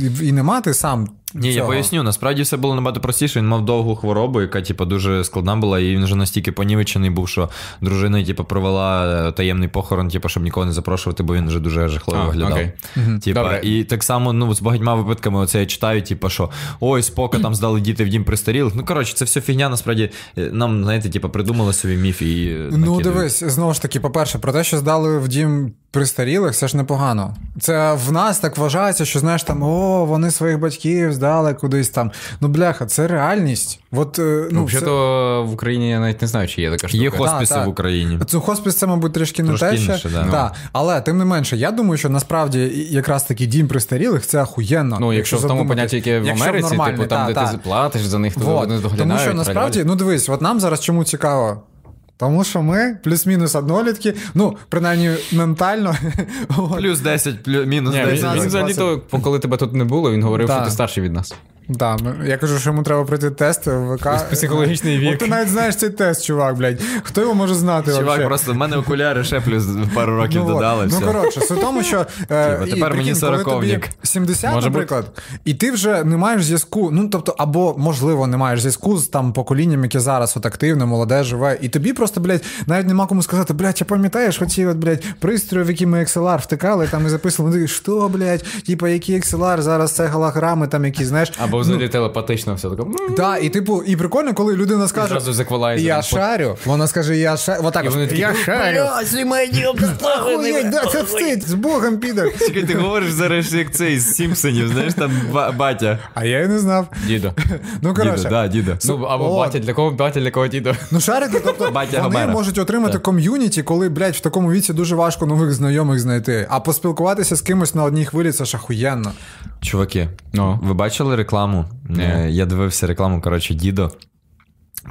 B: і- і не мати сам.
A: Ні, я
B: цього.
A: поясню, насправді все було набагато простіше. Він мав довгу хворобу, яка типу, дуже складна була, і він вже настільки понівечений був, що дружина типу, провела е, таємний похорон, типу, щоб нікого не запрошувати, бо він вже дуже жахливо
C: А,
A: виглядав.
C: окей.
A: Типа,
C: Добре.
A: І так само ну, з багатьма випадками оце я читаю, типу, що ой, спока там здали діти в дім престарілих. Ну коротше, це все фігня, насправді е, нам, знаєте, типу, придумали собі міф і. е,
B: Ну,
A: накидують.
B: дивись, знову ж таки, по-перше, про те, що здали в дім пристарілих, це ж непогано. Це в нас так вважається, що знаєш там, о, вони своїх батьків здали кудись там. Ну, бляха, це реальність. От, е, ну, це...
C: Взагалі-то в Україні я навіть не знаю, чи є така штука.
A: Є хоспіси
B: Та, та.
A: в Україні.
B: Це хоспіс це, мабуть, трішки не
A: Трошки
B: те ще.
A: інше, да.
B: Та. Але тим не менше, я думаю, що насправді і- якраз таки дім пристарілих це ахуєнно.
C: Ну, якщо в тому
B: задуматись.
C: понятті, яке в
B: Якщо
C: Америці, типу
B: нормальний,
C: там,
B: та,
C: де
B: та.
C: ти платиш за них, то
B: Вот.
C: Тобто вони доглядають.
B: Тому що
C: так
B: насправді,
C: далі.
B: ну дивись, от нам зараз чому цікаво. Тому що ми плюс-мінус однолітки, ну принаймні ментально. От.
A: Плюс 10, плюс, мінус
C: Ні,
A: 10.
C: він, він
A: мінус
C: взагалі то, коли тебе тут не було, він говорив,
B: Да.
C: що ти старший від нас.
B: Да, ми- я кажу, що йому треба пройти тест в ВК.
C: психологічний вік.
B: От ти навіть знаєш цей тест, чувак, блядь. Хто його може знати?
A: Чувак,
B: вообще?
A: просто в мене окуляри ще плюс пару років
B: ну, от.
A: додали.
B: Ну,
A: все.
B: коротше, суть в тому, що е,
C: Типу,
A: Типа,
B: і,
A: тепер мені
B: прикинь, коли тобі
A: сороковник.
B: 70,
C: Може бути.
B: наприклад, і ти вже не маєш зв'язку. Ну тобто, або можливо, не маєш зв'язку з там поколінням, яке зараз от активно, молоде живе, і тобі просто, блядь, навіть нема кому сказати, блядь, я пам'ятаєш, оці от, блядь, пристрої, в які ми XLR втикали, там і записували. Ну, ти, що, блядь, типа, які XLR, зараз це голограми, там які, знаєш.
C: Або взагалі телепатично все таке. м,
B: Та, і типу, і прикольно, коли людина скаже.
C: Зразу з еквалайзером.
B: Я шарю. Вона скаже, я шарю. Отак.
C: І
B: от,
C: вони такі,
B: Я шарю. Охуєть, да, це встить, з Богом піде.
A: Чекай, ти говориш зараз як цей з Сімпсонів, знаєш, там ба- батя.
B: А я і не знав.
C: Дідо.
B: Ну,
A: Діда,
B: коротше.
A: да, діда.
C: Ну, або
B: О.
C: батя для кого батя для кого дідо.
B: Ну, шарики, тобто
A: Батя
B: вони
A: Гомера.
B: можуть отримати ком'юніті, коли, блядь, в такому віці дуже важко нових знайомих знайти. А поспілкуватися з кимось на одній хвилі це ж ахуєнно.
A: Чуваки,
C: Ну.
A: ви бачили рекламу? Е, Я дивився рекламу, коротше, дідо.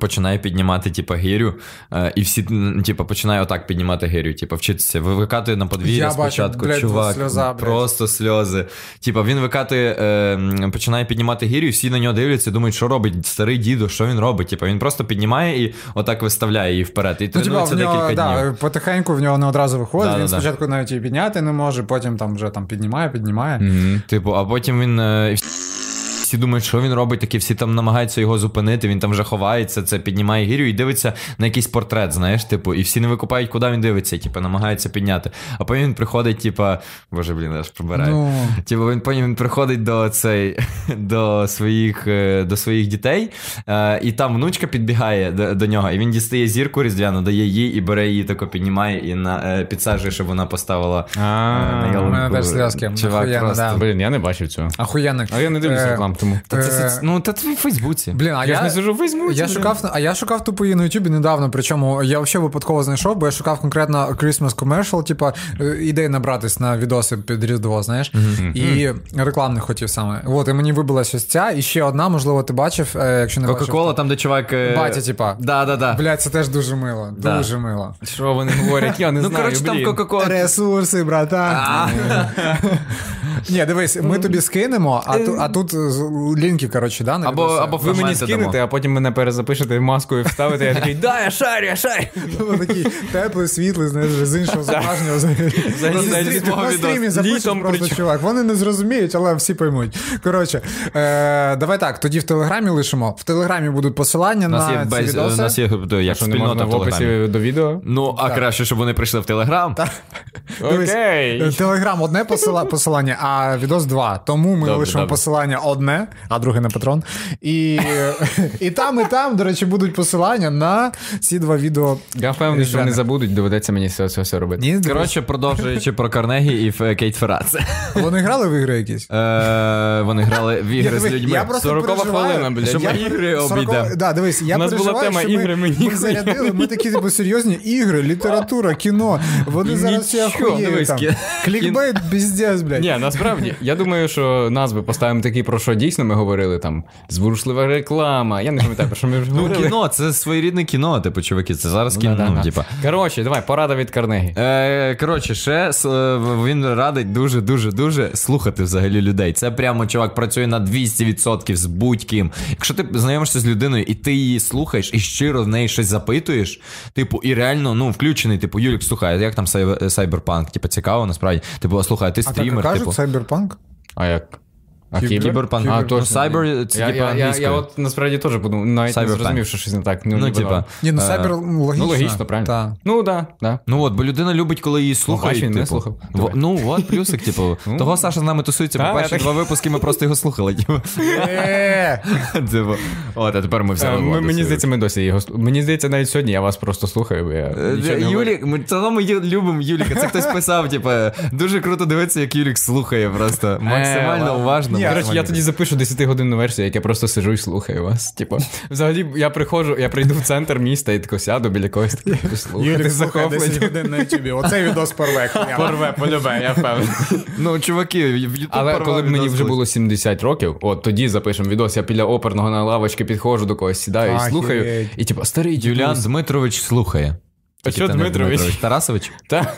A: Починає піднімати, типа, гирю, е, і всі, м, типа, починає отак піднімати гирю, типа, вчитися, Ви- викатує на подвір'я
F: Я бачу,
A: спочатку.
F: блядь,
A: чувак,
F: сльоза, блядь.
A: просто сльози. Типа, він викатує, е, м, починає піднімати гирю, і всі на нього дивляться, і думають, що робить старий діду, що він робить. Типа, він просто піднімає і отак виставляє її вперед. І
F: Ну, типа,
A: тренується
F: в нього,
A: декілька
F: да,
A: днів.
F: потихеньку в нього не одразу виходить.
A: Да,
F: він
A: да, да.
F: спочатку навіть її підняти не може, потім там вже там піднімає, піднімає.
A: Типу, а потім він. е, і Всі думають, що він робить, такі всі там намагаються його зупинити. Він там вже ховається, це піднімає гірю і дивиться на якийсь портрет, знаєш, типу, і всі не викупають, куди він дивиться, і, типу, намагається підняти. А потім він приходить, типу, боже, блін, я ж прибираю.
F: Ну.
A: Типу, він потім він приходить до цей до своїх е, до своїх дітей, е, і там внучка підбігає до, до нього, і він дістає зірку різдвяну, дає їй і бере її, тако піднімає і на е, підсаджує, щоб вона поставила.
C: А,
A: Е, на
F: У
A: ялинку.
F: мене теж зв'язки.
A: Чувак,
F: Охуєнно,
A: просто
F: да.
C: Блін, я не бачив цього.
F: Охуєнно.
C: А я не дивлюся
F: Е,
C: реклам, тому.
A: Та це,
F: Е,
A: це, ну, та це в Фейсбуці.
F: Блін, а
C: А я, ж не сижу в Фейсбуці.
F: Я
C: блін.
F: шукав,
B: А я шукав тупо її на Ютубі недавно, причому я взагалі випадково знайшов, бо я шукав конкретно Christmas commercial, типа е, ідей набратись на відоси під Різдво, знаєш, і рекламних хотів саме. От, і мені вибилась ось ця, і ще одна, можливо, ти бачив, е, якщо не бачив.
A: Кока-кола, там, де чувак. е,
F: Батя, типа.
A: Да, да, да.
F: Блядь, це теж дуже мило,
A: Да.
F: дуже мило.
C: Що вони говорять, я не
A: Ну,
C: знаю.
A: коротше, там
C: блін.
A: Кока-кола.
B: Е,
F: Ресурси, братан.
B: Ні, дивись, ми тобі скинемо, а, ту, а тут е, з- лінки, коротше, да, на
A: Або,
B: відоси.
A: або
C: Ви мені
A: фрагменти дамо.
C: скинете, а потім мене перезапишете маскою вставите, я такий, да, я шарю, я шарю.
B: такий теплий, світлий, знаєш, з іншого зображення. взагалі.
A: Взагалі,
B: На
A: навіть
B: стрімі-
A: з мого
B: На
A: відео.
B: стрімі запишеш
C: Літом
B: просто,
C: причому.
B: чувак. Вони не зрозуміють, але всі поймуть. Коротше, е, давай так, тоді в Телеграмі лишимо. В Телеграмі будуть посилання
A: У нас є
B: на ці
A: без у
B: відоси.
A: нас є е, як
C: Що не
A: спільнота
C: можна
A: в
C: в
A: Телеграмі.
C: описі до відео?
A: Ну, а краще, щоб вони прийшли в Телеграм.
B: Дивись, е,
C: Окей.
B: Телеграм одне посила- посилання, а відос два. Тому ми
A: Добре,
B: лишимо
A: добре.
B: посилання одне, а друге на патрон. І, і там, і там, до речі, будуть посилання на ці два відео.
C: Я впевнений, що вони забудуть, доведеться мені все все, все робити.
B: Ні,
A: Коротше, продовжуючи про Карнегі і е, Кейт Феррац.
B: вони грали в ігри якісь.
A: Е, Вони грали в ігри з
B: дивись,
A: людьми.
B: я просто
A: 40-ва
B: переживаю,
A: хвилина, блядь.
B: що
A: Що ми
B: я-
A: ігри
B: 40
A: обійдемо.
B: Да, дивись, я
C: У нас була
B: переживаю,
C: тема
B: що ми-
C: ігри, ми
B: ми
C: ніхуя.
B: зарядили. Ми такі типу серйозні ігри, література, кіно. Вони зараз всі
C: Нічого,
B: охуєють
A: дивись,
B: там.
A: кі-
B: Клікбейт, піздець, блядь.
C: Ні, ну, насправді, я думаю, що назви поставимо такі, про що дійсно ми говорили там. Зворушлива реклама. Я не пам'ятаю, про що ми вже
A: Ну,
C: говорили.
A: кіно, це своєрідне кіно, типу, чуваки, це зараз кіно, ну, типа.
C: Коротше, давай, порада від Карнегі.
A: Е, коротше, ще с- е, він радить дуже, дуже, дуже слухати взагалі людей. Це прямо чувак працює на 200% з будь-ким. Якщо ти знайомишся з людиною і ти її слухаєш, і щиро в неї щось запитуєш, типу, і реально ну включений, типу, Юлік, слухай, а як там сай- сайберпанк? Типу, цікаво, насправді. Типу, а слухай, а ти
B: А так і
A: стрімер,
B: кажуть,
A: типу.
B: Cyberpunk?
C: А як? А
B: Кібер?
C: кібер?
A: Кіберпанк.
C: А,
A: Ну,
C: точно.
A: Сайбер, це
C: Я,
A: типу
C: я, я, я
A: англійською.
C: от насправді теж подумав, навіть не
A: Cyberpunk.
C: зрозумів, що щось не так. Ну,
A: Ну,
C: ніби
A: типа.
C: да.
B: Ні, ну
A: Е,
B: сайбер логічно.
C: Ну, логічно, правильно.
B: Та.
C: Ну, да, да.
A: Ну от, бо людина любить, коли її слухають.
C: бачиш, він
A: типу.
C: не слухав.
A: Во-
C: Тебе.
A: ну от, плюсик, типу. Того Саша з нами тусується,
C: Та,
A: бо
C: я
A: перші
C: так-
A: два випуски ми просто його слухали. типу.
B: Е,
A: Типу, От, а тепер ми
C: Е,
A: взяли.
C: ми-
A: владу
C: Мені
A: свою.
C: здається, ми досі його. слу- Мені здається, навіть сьогодні я вас просто слухаю, бо я
A: Е,
C: нічого не говорю.
A: Юлік, ми та ну, ми ю- любимо Юліка. Це хтось писав, типу, дуже круто дивитися, як Юлік слухає просто максимально
C: Е, ладно.
A: уважно.
B: Ні,
A: максимально.
C: Коротше, я тоді запишу 10-годинну версію, як я просто сижу і слухаю вас. Типу, взагалі, я приходжу, я прийду в центр міста і тако сяду біля когось такий буду слухати.
B: Юрій слухає 10 годин на Ютубі. Оцей відос порве.
C: Порве, полюбе, я впевнений.
A: Ну, чуваки, в YouTube
C: Але
A: порвав
C: коли б мені
A: відос
C: вже
A: колись.
C: було 70 років, от тоді запишемо відос, я біля оперного на лавочці підходжу до когось, сідаю і
B: Ахієть.
C: слухаю. І типу, старий
A: Юліан
C: дідусь.
A: Дмитрович слухає.
C: А що
A: Тільки не
C: Дмитрович?
A: Тарасович?
C: Та?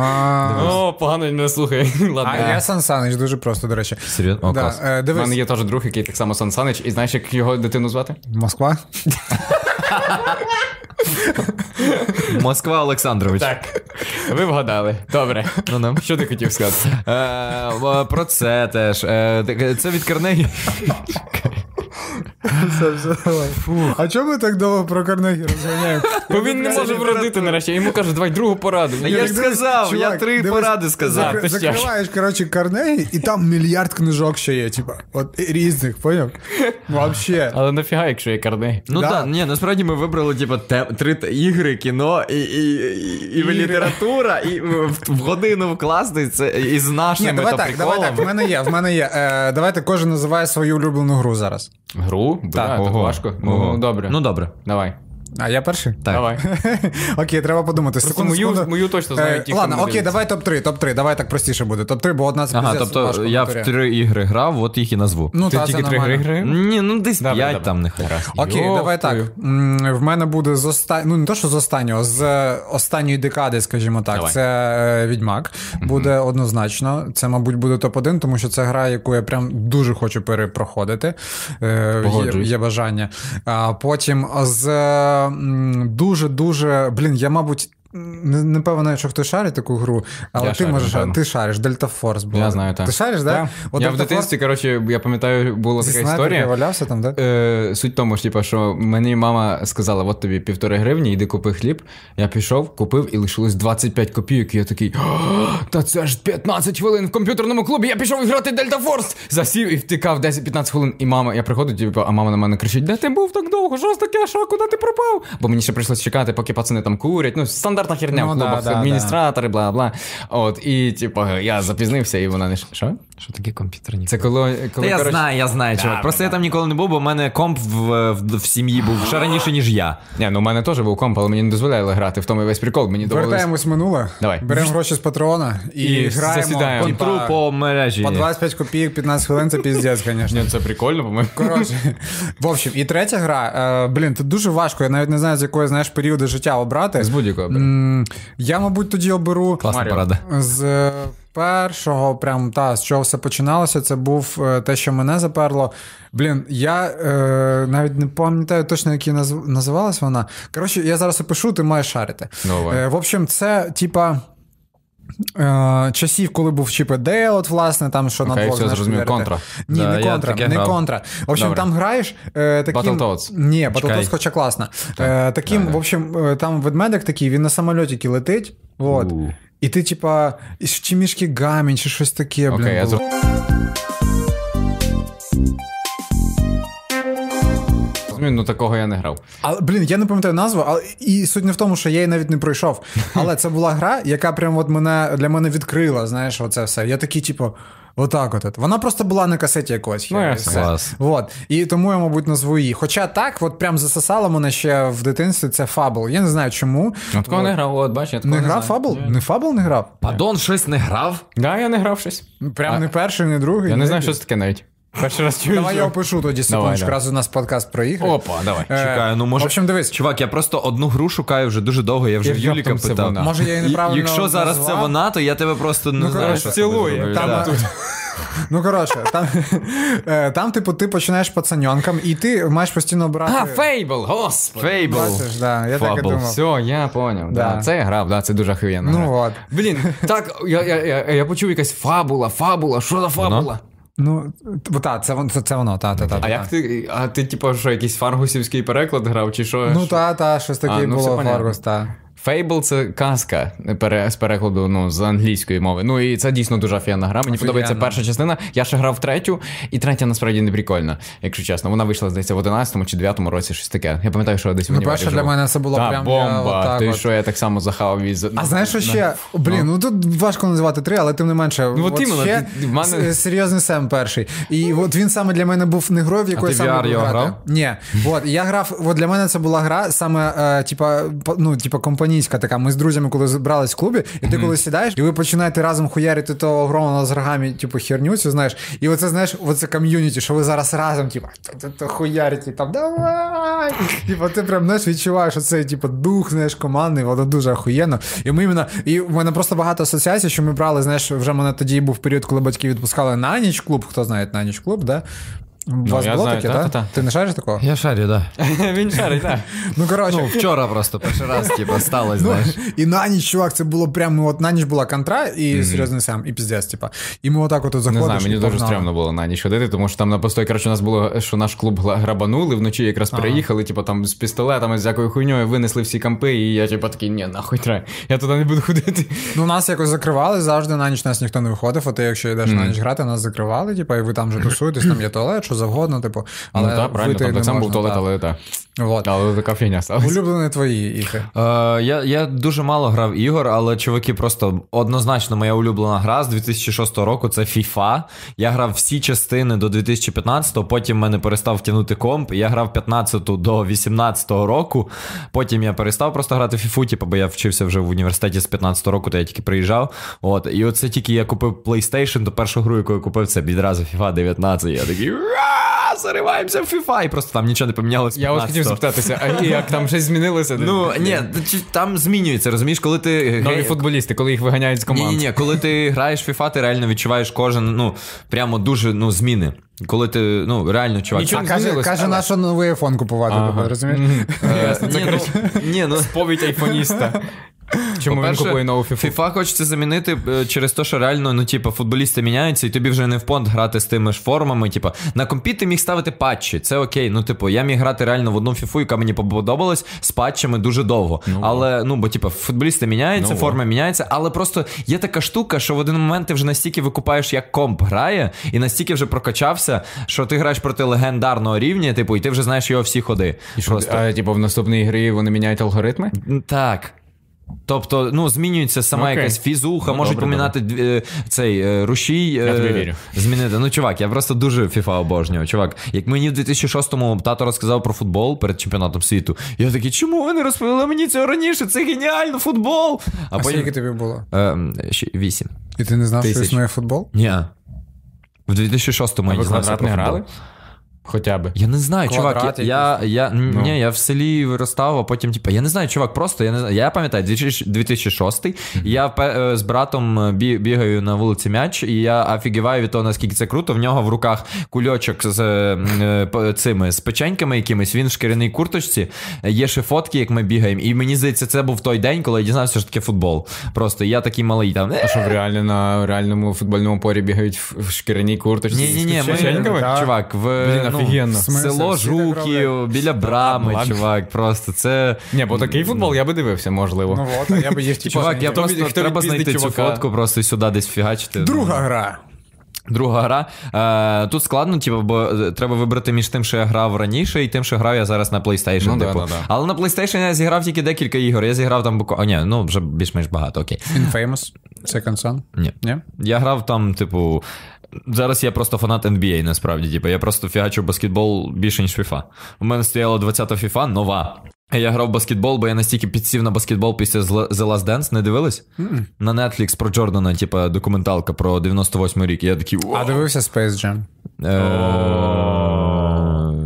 C: О, погано він мене слухає.
B: А
C: Ладно.
B: я Сан Санич, дуже просто, до речі.
A: Серйозно? О,
B: Да,
A: клас.
B: е,
C: У мене
B: Дивись,
C: є теж друг, який так само Сан Санич, і знаєш, як його дитину звати?
B: Москва.
A: Москва Олександрович.
C: Так. Ви вгадали. Добре.
A: Ну-ну.
C: Що ти хотів сказати?
A: Е, е, Про це теж. Е, так, Це від Карнегі.
B: А чому ми так довго про Карнегі розганяємо?
C: Бо він не може вродити нарешті. Йому кажуть, давай другу пораду.
A: Та Я ж сказав, я
B: чувак,
A: три
B: дивись,
A: поради сказав.
B: Зак-
C: ти ж
B: Закриваєш, коротше, Карнегі, і там мільярд книжок ще є, типа, от і різних, поняв? Вообще.
C: Але нафіга, якщо є Карнегі?
A: Ну
B: Да.
A: так, ні, насправді ми вибрали типу, те, три т- ігри, кіно і, і, і, і література, і в, в годину вкласти це і з
B: Ні,
A: нашими
B: давай
A: та
B: так, давай так. В
A: приколами.
B: мене є, в мене є. Е, давайте кожен називає свою улюблену гру зараз.
C: Гру? Бля, так важко. Ну, добре.
A: Ну добре.
C: Давай.
B: А я перший?
A: Так.
C: Давай.
B: Окей, треба подумати.
C: Просто
B: Секунду,
C: мою-
B: секунду.
C: мою точно знають
B: Е,
C: ті, хто
B: Ладно,
C: не
B: окей,
C: дивиться.
B: давай топ-3, топ-3, давай так простіше буде. Топ-3, бо одна це
A: Ага,
B: пиздець важко
A: тобто я в
B: повторяє.
A: три ігри грав, от їх і назву.
B: Ну,
C: Ти
B: та, це
C: тільки три гри
B: нормально.
C: гри?
A: Ні, ну десь
C: Добре,
A: п'ять
C: добре.
A: там нехай.
B: Окей,
C: Йо,
B: давай так.
C: твою.
B: М, В мене буде з останнього, ну не то, що з останнього, з е, останньої декади, скажімо так.
C: Давай.
B: Це е, Відьмак. Буде однозначно. Це, мабуть, буде топ-1, тому що це гра, яку я прям дуже хочу перепроходити. Е, Є,
C: Погоджуюсь.
B: є бажання. А потім з е, м, дуже-дуже. Блін, я, мабуть. Не, не певно, що хтось шарить таку гру, але
C: Я
B: ти
C: шарю,
B: можеш
C: напевно.
B: ти шариш, Дельта Форс була.
C: Я знаю, так.
B: Ти шариш, так? Да? От тобто
C: Я в
B: Delta Force
C: дитинстві, коротше, я пам'ятаю, була
B: зі
C: така
B: снайперки
C: історія.
B: валявся там, так?
C: Е, суть в тому ж, типа, що мені мама сказала: от тобі півтори гривні, йди купи хліб. Я пішов, купив і лишилось 25 копійок. І я такий, «О, та це ж 15 хвилин в комп'ютерному клубі. Я пішов грати Дельта Форс. Засів і втикав 10-15 хвилин. І мама, я приходжу, типу, а мама на мене кричить: де ти був так довго? Що ж таке? Що, куди ти пропав? Бо мені ще прийшлось чекати, поки пацани там курять. Ну, стандартна херня
B: Ну,
C: в
B: да,
C: клубах,
B: да, да.
C: адміністратори, бла бла. От, і типу, я запізнився, і вона не ш- що?
A: Що таке комп'ютерні?
C: Це коли,
A: Та
C: коли
A: я
C: коротше,
A: знаю, я знаю, чувак. Просто я там ніколи не був, бо в мене комп в, в, в сім'ї був ще раніше, ніж я.
C: Ні, ну у мене теж був комп, але мені не дозволяли грати. В тому і весь прикол. Мені довелося.
B: Повертаємось в минуле,
C: Давай.
B: беремо гроші з патрона і,
C: І
B: граємо
C: засідаємо.
B: по-
A: Контру
B: по,
A: по мережі.
B: по 25 копійок, 15 хвилин це піздець, звісно.
C: Ні, це прикольно, по-моєму.
B: Коротше, в общем, і третя гра. Е, блін, тут дуже важко. Я навіть не знаю, з якої знаєш періоду життя обрати.
C: З будь-якого. блін.
B: М, Я, мабуть, тоді оберу
A: Класна
C: Маріо.
A: порада.
B: з е, першого, прям та з чого все починалося. Це був е, те, що мене заперло. Блін, я е, навіть не пам'ятаю точно, як її назв- називалась вона. Коротше, я зараз опишу, ти маєш шарити.
A: Ну,
C: Давай.
B: Е, в общем, це типа. е, Часів, коли був Чіп і Дейл, от власне, там що
C: Окей,
B: на двох
C: все,
B: знаєш,
C: зрозумів,
B: вірити.
C: «Контра».
B: Ні,
A: Да,
B: не
A: я
B: контра,
A: таке
B: не
A: грав.
B: контра. В общем,
A: Добре.
B: там граєш е, таким...
C: Battletoads.
B: Ні, Battletoads
A: Чекай.
B: хоча класна. Е, таким, в общем, е, там ведмедик такий, він на самольотіки летить. От.
A: У.
B: І ти, типа, і ж- чи мішки гамінь, чи щось таке, блін.
C: Окей, я
B: було.
C: зрозумів. Ну такого я не грав.
B: Але, блін, я не пам'ятаю назву, але і суть не в тому, що я її навіть не пройшов. Але це була гра, яка прям от мене для мене відкрила, знаєш, оце все. Я такий, типу, отак от. от. Вона просто була на касеті якогось.
C: Ну,
B: хера, і
C: ясно.
B: все.
A: Клас.
B: От. І тому я, мабуть, назву її. Хоча так, от прям засосало мене ще в дитинстві, це фабл. Я не знаю чому.
C: Ну такого Ну, не грав, от бачиш, я такого
B: Не грав
C: знаю.
B: фабл? Не фабл не грав?
A: Падон щось не грав?
C: Да, я не грав щось.
B: Прям не перший, не другий.
C: Я не
B: ні.
C: знаю, що це таке навіть. Перший раз чую.
B: Давай
C: що-
B: я опишу тоді
C: Давай,
B: секундочку,
C: давай.
B: раз у нас подкаст про ігри.
C: Опа, давай.
B: Е,
A: Чекаю, ну може.
B: В общем, дивись,
A: Чувак, я просто одну гру шукаю вже дуже довго, я вже
C: Як
A: в Юліка
C: раптом це
A: питав.
C: вона?
B: Може, я її
A: І-
B: неправильно
A: Якщо зараз
B: назвав? Ну,
A: це вона, то я тебе просто не знаю.
B: коротше,
A: що з тобою
C: цілує.
A: зроблю.
B: Там,
A: Да.
B: е, Ну, коротше, там, е, там, типу, ти починаєш пацаньонкам, і ти маєш постійно брати.
C: А, фейбл, господи.
A: Фейбл.
B: Бачиш, да, я так і
A: Фабл.
B: думав.
C: Все, я поняв. Да.
B: Да.
C: Це я грав, да, це дуже охуєнно.
B: Ну
C: гра.
B: от.
C: Блін, так, я, я, я, я почув якась фабула, фабула, що за фабула?
B: Ну, т- та, це, вон- це, це воно, та, та, та.
C: А
B: та.
C: як ти, а ти, типу, що, якийсь фаргусівський переклад грав, чи що?
B: Ну, та, та, щось таке
C: А, ну, все
B: було,
C: понятно.
B: Фаргус, та.
C: Фейбл це казка пере, з перекладу ну, з англійської мови. Ну і це дійсно дуже офігенна гра. Мені подобається перша частина. Я ще грав в третю, і третя насправді не прикольна, якщо чесно. Вона вийшла, здається, в 11-му чи 9-му році, щось таке. Я пам'ятаю, що я десь в
B: Ну,
C: універі
B: перша
C: жив.
B: для мене це було
C: Та,
B: прям, я
C: бомба.
B: отак
C: ти
B: от.
C: що я так само захавав із.
B: А знаєш, що ще? Блін, ну тут важко називати три, але тим не менше.
C: Ну, от іменно,
B: ще
C: ти- в мене-
B: с- серйозний Сем перший. І от він саме для мене був не грою, в якої
A: ти
B: саме
A: VR
B: буду
A: його
B: грати.
A: грав?
B: Ні, от я грав. От для мене це була гра саме е, типа по- ну, типа компанійська така. Ми з друзями, коли збирались в клубі, і ти коли сідаєш, і ви починаєте разом хуярити того огромного з рогами, типу херню, цю, знаєш. І оце знаєш, оце ком'юніті, що ви зараз разом, типа, хуярите, там давай. Типа, ти прям знаєш, відчуваєш оцей, типу, дух, знаєш, командний, воно дуже охуєнно. І ми іменно, і в мене просто багато асоціацій, що ми брали, знаєш, вже мене тоді був період, коли батьки відпускали на ніч клуб, хто знає на ніч клуб, да? У вас
C: Ну, я
B: було
C: знаю,
B: таке,
C: та,
B: да?
C: та, та.
B: Ти не шариш такого?
A: Я шарю, да.
C: Він шарить, так.
B: Ну, коротше.
A: Ну, вчора просто перший раз, типу, сталося,
B: Ну,
A: знаєш.
B: І на ніч, чувак, це було прям. Ну, от на ніч була контра, і серйозний сам, і піздець, типа. І ми отак от заходиш.
C: Не знаю, мені
B: і
C: дуже
B: погнали.
C: стрьомно було на ніч ходити, тому що там на постой, коротше, у нас було, що наш клуб гла- грабанули, вночі якраз приїхали, типу там з пістолетами, з якою хуйньою винесли всі кампи, і я типу такий, ні, нахуй треба, я туди не буду ходити.
B: Ну, нас якось закривали завжди, на ніч нас ніхто не виходив, а ти, якщо йдеш на ніч грати, нас закривали, типа, і ви там же тусуєтесь, там є туалет, що завгодно, типу. Але
C: ну так, правильно,
B: вийти
C: там
B: не
C: так само був
B: можна,
C: туалет,
B: та.
C: але так.
B: Вот.
C: Але така фігня сталася.
B: Улюблені твої ігри.
A: Е, я, я дуже мало грав ігор, але чуваки, просто однозначно моя улюблена гра з 2006 року це FIFA. Я грав всі частини до 2015, потім мене перестав тягнути комп. Я грав 15 до 18 року. Потім я перестав просто грати в FIFA, типу, бо я вчився вже в університеті з 15 року, то я тільки приїжджав. От, і оце тільки я купив PlayStation, то першу гру, яку я купив, це відразу FIFA 19. Я такий. «Ура! Зариваємося в FIFA! І просто там нічого не помінялося.
C: Я ось хотів запитатися, а і як там щось змінилося?
A: Ну ні, чи- там змінюється, розумієш, коли ти
C: Нові
A: гей-
C: футболісти, коли їх виганяють з
A: ні,
C: команд.
A: ні, ні, коли ти граєш в FIFA, ти реально відчуваєш кожен, ну прямо дуже ну зміни. Коли ти ну реально чувак.
C: Нічого
B: А
C: не
B: каже,
C: змінилося,
B: каже
C: але-
B: на що новий айфон купувати,
C: Ага.
B: розумієш?
A: Е, ні, ну, ні, ну
C: Сповідь айфоніста. Чому він
A: По-перше,
C: купує нову фіфу?
A: FIFA хочеться замінити е, через те, що реально, ну, типу, футболісти міняються, і тобі вже не в понт грати з тими ж формами. Типу, на компі ти міг ставити патчі, це окей. Ну, типу, я міг грати реально в одну фіфу, яка мені подобалась, з патчами дуже довго. але ну, бо типу, футболісти міняються,
C: Ну,
A: форма міняється, але просто є така штука, що в один момент ти вже настільки викупаєш, як комп грає, і настільки вже прокачався, що ти граєш проти легендарного рівня, типу, і ти вже знаєш його всі ходи. Просто.
C: А, типу, в наступній грі вони міняють алгоритми?
A: М, Так. Тобто, ну, змінюється сама
C: Окей.
A: якась фізуха,
C: Ну,
A: можуть
C: добре,
A: помінати дві- е, цей е, рушій. е,
C: тобі вірю.
A: Змінити. Ну, чувак, я просто дуже FIFA обожнюю. Чувак, як мені в 2006-му тато розказав про футбол перед чемпіонатом світу, я такий, чому ви не розповіли мені цього раніше? Це геніально, футбол!
B: А скільки тобі було?
A: Ем, ще Вісім.
B: І ти не знав, що
A: Тисяч.
B: існує футбол?
A: Ні. В 2006-му я
C: Ви
A: дізнався
C: квадрат
A: про
C: не
A: футбол.
C: грали? Хоча би.
A: Я не знаю,
B: Квадрат
A: чувак. Я, я, я, ні, я в селі виростав, а потім, типу, я не знаю, чувак, просто я не знаю. Я пам'ятаю, 2000 2006 я пе- е, з братом е, бі- бігаю на вулиці м'яч, і я офігіваю від того, наскільки це круто. В нього в руках кульочок з е, е, п- цими з печеньками якимись. Він в шкіряній курточці. Е, Є ще фотки, як ми бігаємо. І мені здається, це був той день, коли я дізнався, що таке футбол. Просто я такий малий там. «Е,
C: А що в реально на реальному футбольному порі бігають в в шкіряній курточці?
A: Ні, ні, ні,
C: з
A: ми,
C: печеньками?
A: так. чувак, в
C: Блін, офігенно.
A: ну, село
B: Смисл, всі так
A: Жуків, біля брами,
C: ладно.
A: чувак, просто це.
C: Ні, бо такий футбол я би дивився, можливо.
B: Ну от, а я б їв ті
A: Чувак, я
B: печеньки.
A: просто
C: від- хто
A: треба
C: відпіздить
A: знайти цю
C: чувака?
A: фотку, просто і сюди десь фігачити.
B: Друга гра.
A: Друга гра. Е, тут складно, типу, бо е, треба вибрати між тим, що я грав раніше, і тим, що грав я зараз на PlayStation.
C: Ну да,
A: типу.
C: да, да.
A: Але на PlayStation я зіграв тільки декілька ігор. Я зіграв там буквально. Ні, ну вже більш-менш багато, окей.
B: Infamous. Second Son.
A: Ні.
B: Ні?
A: Я грав там, типу. Зараз я просто фанат NBA, насправді. Типу, я просто фігачив баскетбол більше, ніж FIFA. У мене стояла 20-та FIFA, нова. А Я грав в баскетбол, бо я настільки підсів на баскетбол після Зла- The Last Dance, не дивились? На Netflix про Джордана, типу, документалка про 98-й рік. І Я такий.
B: А
A: «Вау».
B: дивився Space Jam.
A: Е,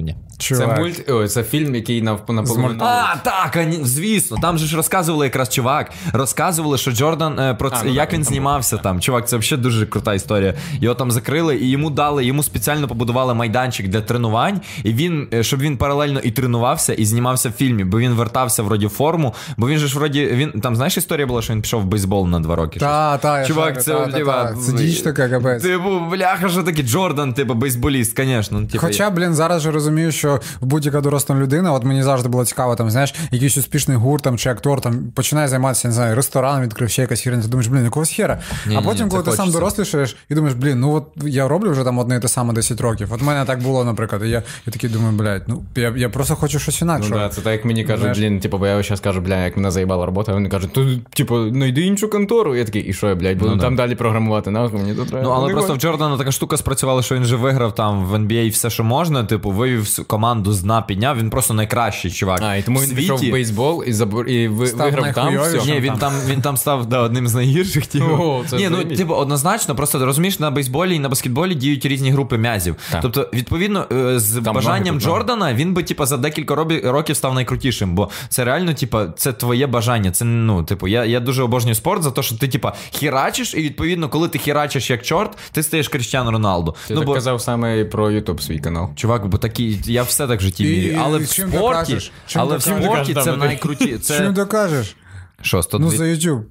A: ні.
C: Це
B: Чувак.
C: мульт, о, це фільм, який нав- наполовину.
A: А, так, а, ні, звісно. Там же ж розказували якраз чувак. Розказували, що Джордан е, про це,
C: ну
A: як
C: так,
A: він
C: він там
A: знімався там. Чувак, це взагалі дуже крута історія. Його там закрили, і йому дали, йому спеціально побудували майданчик для тренувань. І він, е, щоб він паралельно і тренувався, і знімався в фільмі, бо він вертався вроді в форму. Бо він же ж вроді він там, знаєш, історія була, що він пішов в бейсбол на два роки. щось.
B: Та, та, я
A: Чувак,
B: шарю,
A: це
B: та, та,
A: типа,
B: та. Це діч така капець.
A: Типу, бляха, що таке Джордан, типу, бейсболіст, ну, типу, звісно.
B: Хоча, блін, зараз же розумію, що будь-яка доросла людина, от мені завжди було цікаво, там, знаєш, якийсь успішний гурт там, чи актор там починає займатися, не знаю, ресторан відкрив ще якась херня, ти думаєш, блін, якогось хера. а
A: Ні-ні-ні,
B: потім,
A: це
B: коли ти сам
A: хочеться.
B: дорослішаєш і думаєш, блін, ну от я роблю вже там одне і те саме 10 років. От в мене так було, наприклад. І я, я такий думаю, блядь, ну я, я просто хочу щось
C: Ну
B: інакше.
C: да, це так, як мені кажуть,
B: Знаєш-
C: блін, типу, бо я зараз кажу, бля, як мене заїбала робота, вони кажуть, то типу, знайди іншу контору. Я такий, і що я, блядь, буду там далі програмувати. Нахуй мені тут треба.
A: Ну, але
C: Не
A: просто в
C: хочу.
A: Джордана така штука спрацювала, що він же виграв там в NBA все, що можна. Типу, вивів с- команду з дна, підняв. Він просто найкращий чувак.
C: А, і тому
A: в
C: він пішов в
A: світі.
C: бейсбол і забор і ви-
B: Став
C: виграв там
B: найхуйовішим.
C: все.
A: Ні, він там, він там став да, одним з найгірших. Типу.
C: О, це
A: Ні, ну
C: заєбісь.
A: типу, однозначно, просто ти розумієш, на бейсболі і на баскетболі діють різні групи м'язів.
C: Так.
A: Тобто, відповідно, е, з
C: Там
A: бажанням
C: ноги тут,
A: Джордана він би типу, за декілька робі- років став найкрутішим, бо це реально, типу, це твоє бажання. Це ну, типу, я, я дуже обожнюю спорт за те, що ти типу, хірачиш, і відповідно, коли ти хірачиш як чорт, ти стаєш Кріштіану Роналду.
C: Ти
A: ну,
C: так
A: бо...
C: казав саме і про YouTube свій канал.
A: Чувак, бо такі, я все так в житті
B: І-
A: вірю. Але в
B: і чим ти
A: спорті,
B: кажеш? Чим
A: але
B: ти
A: в
B: кажеш?
A: спорті
C: Чим
A: це
C: ти кажеш,
A: найкруті.
B: Що не
A: Це
B: докажеш?
A: що,
B: Ну
A: 102?
B: за YouTube.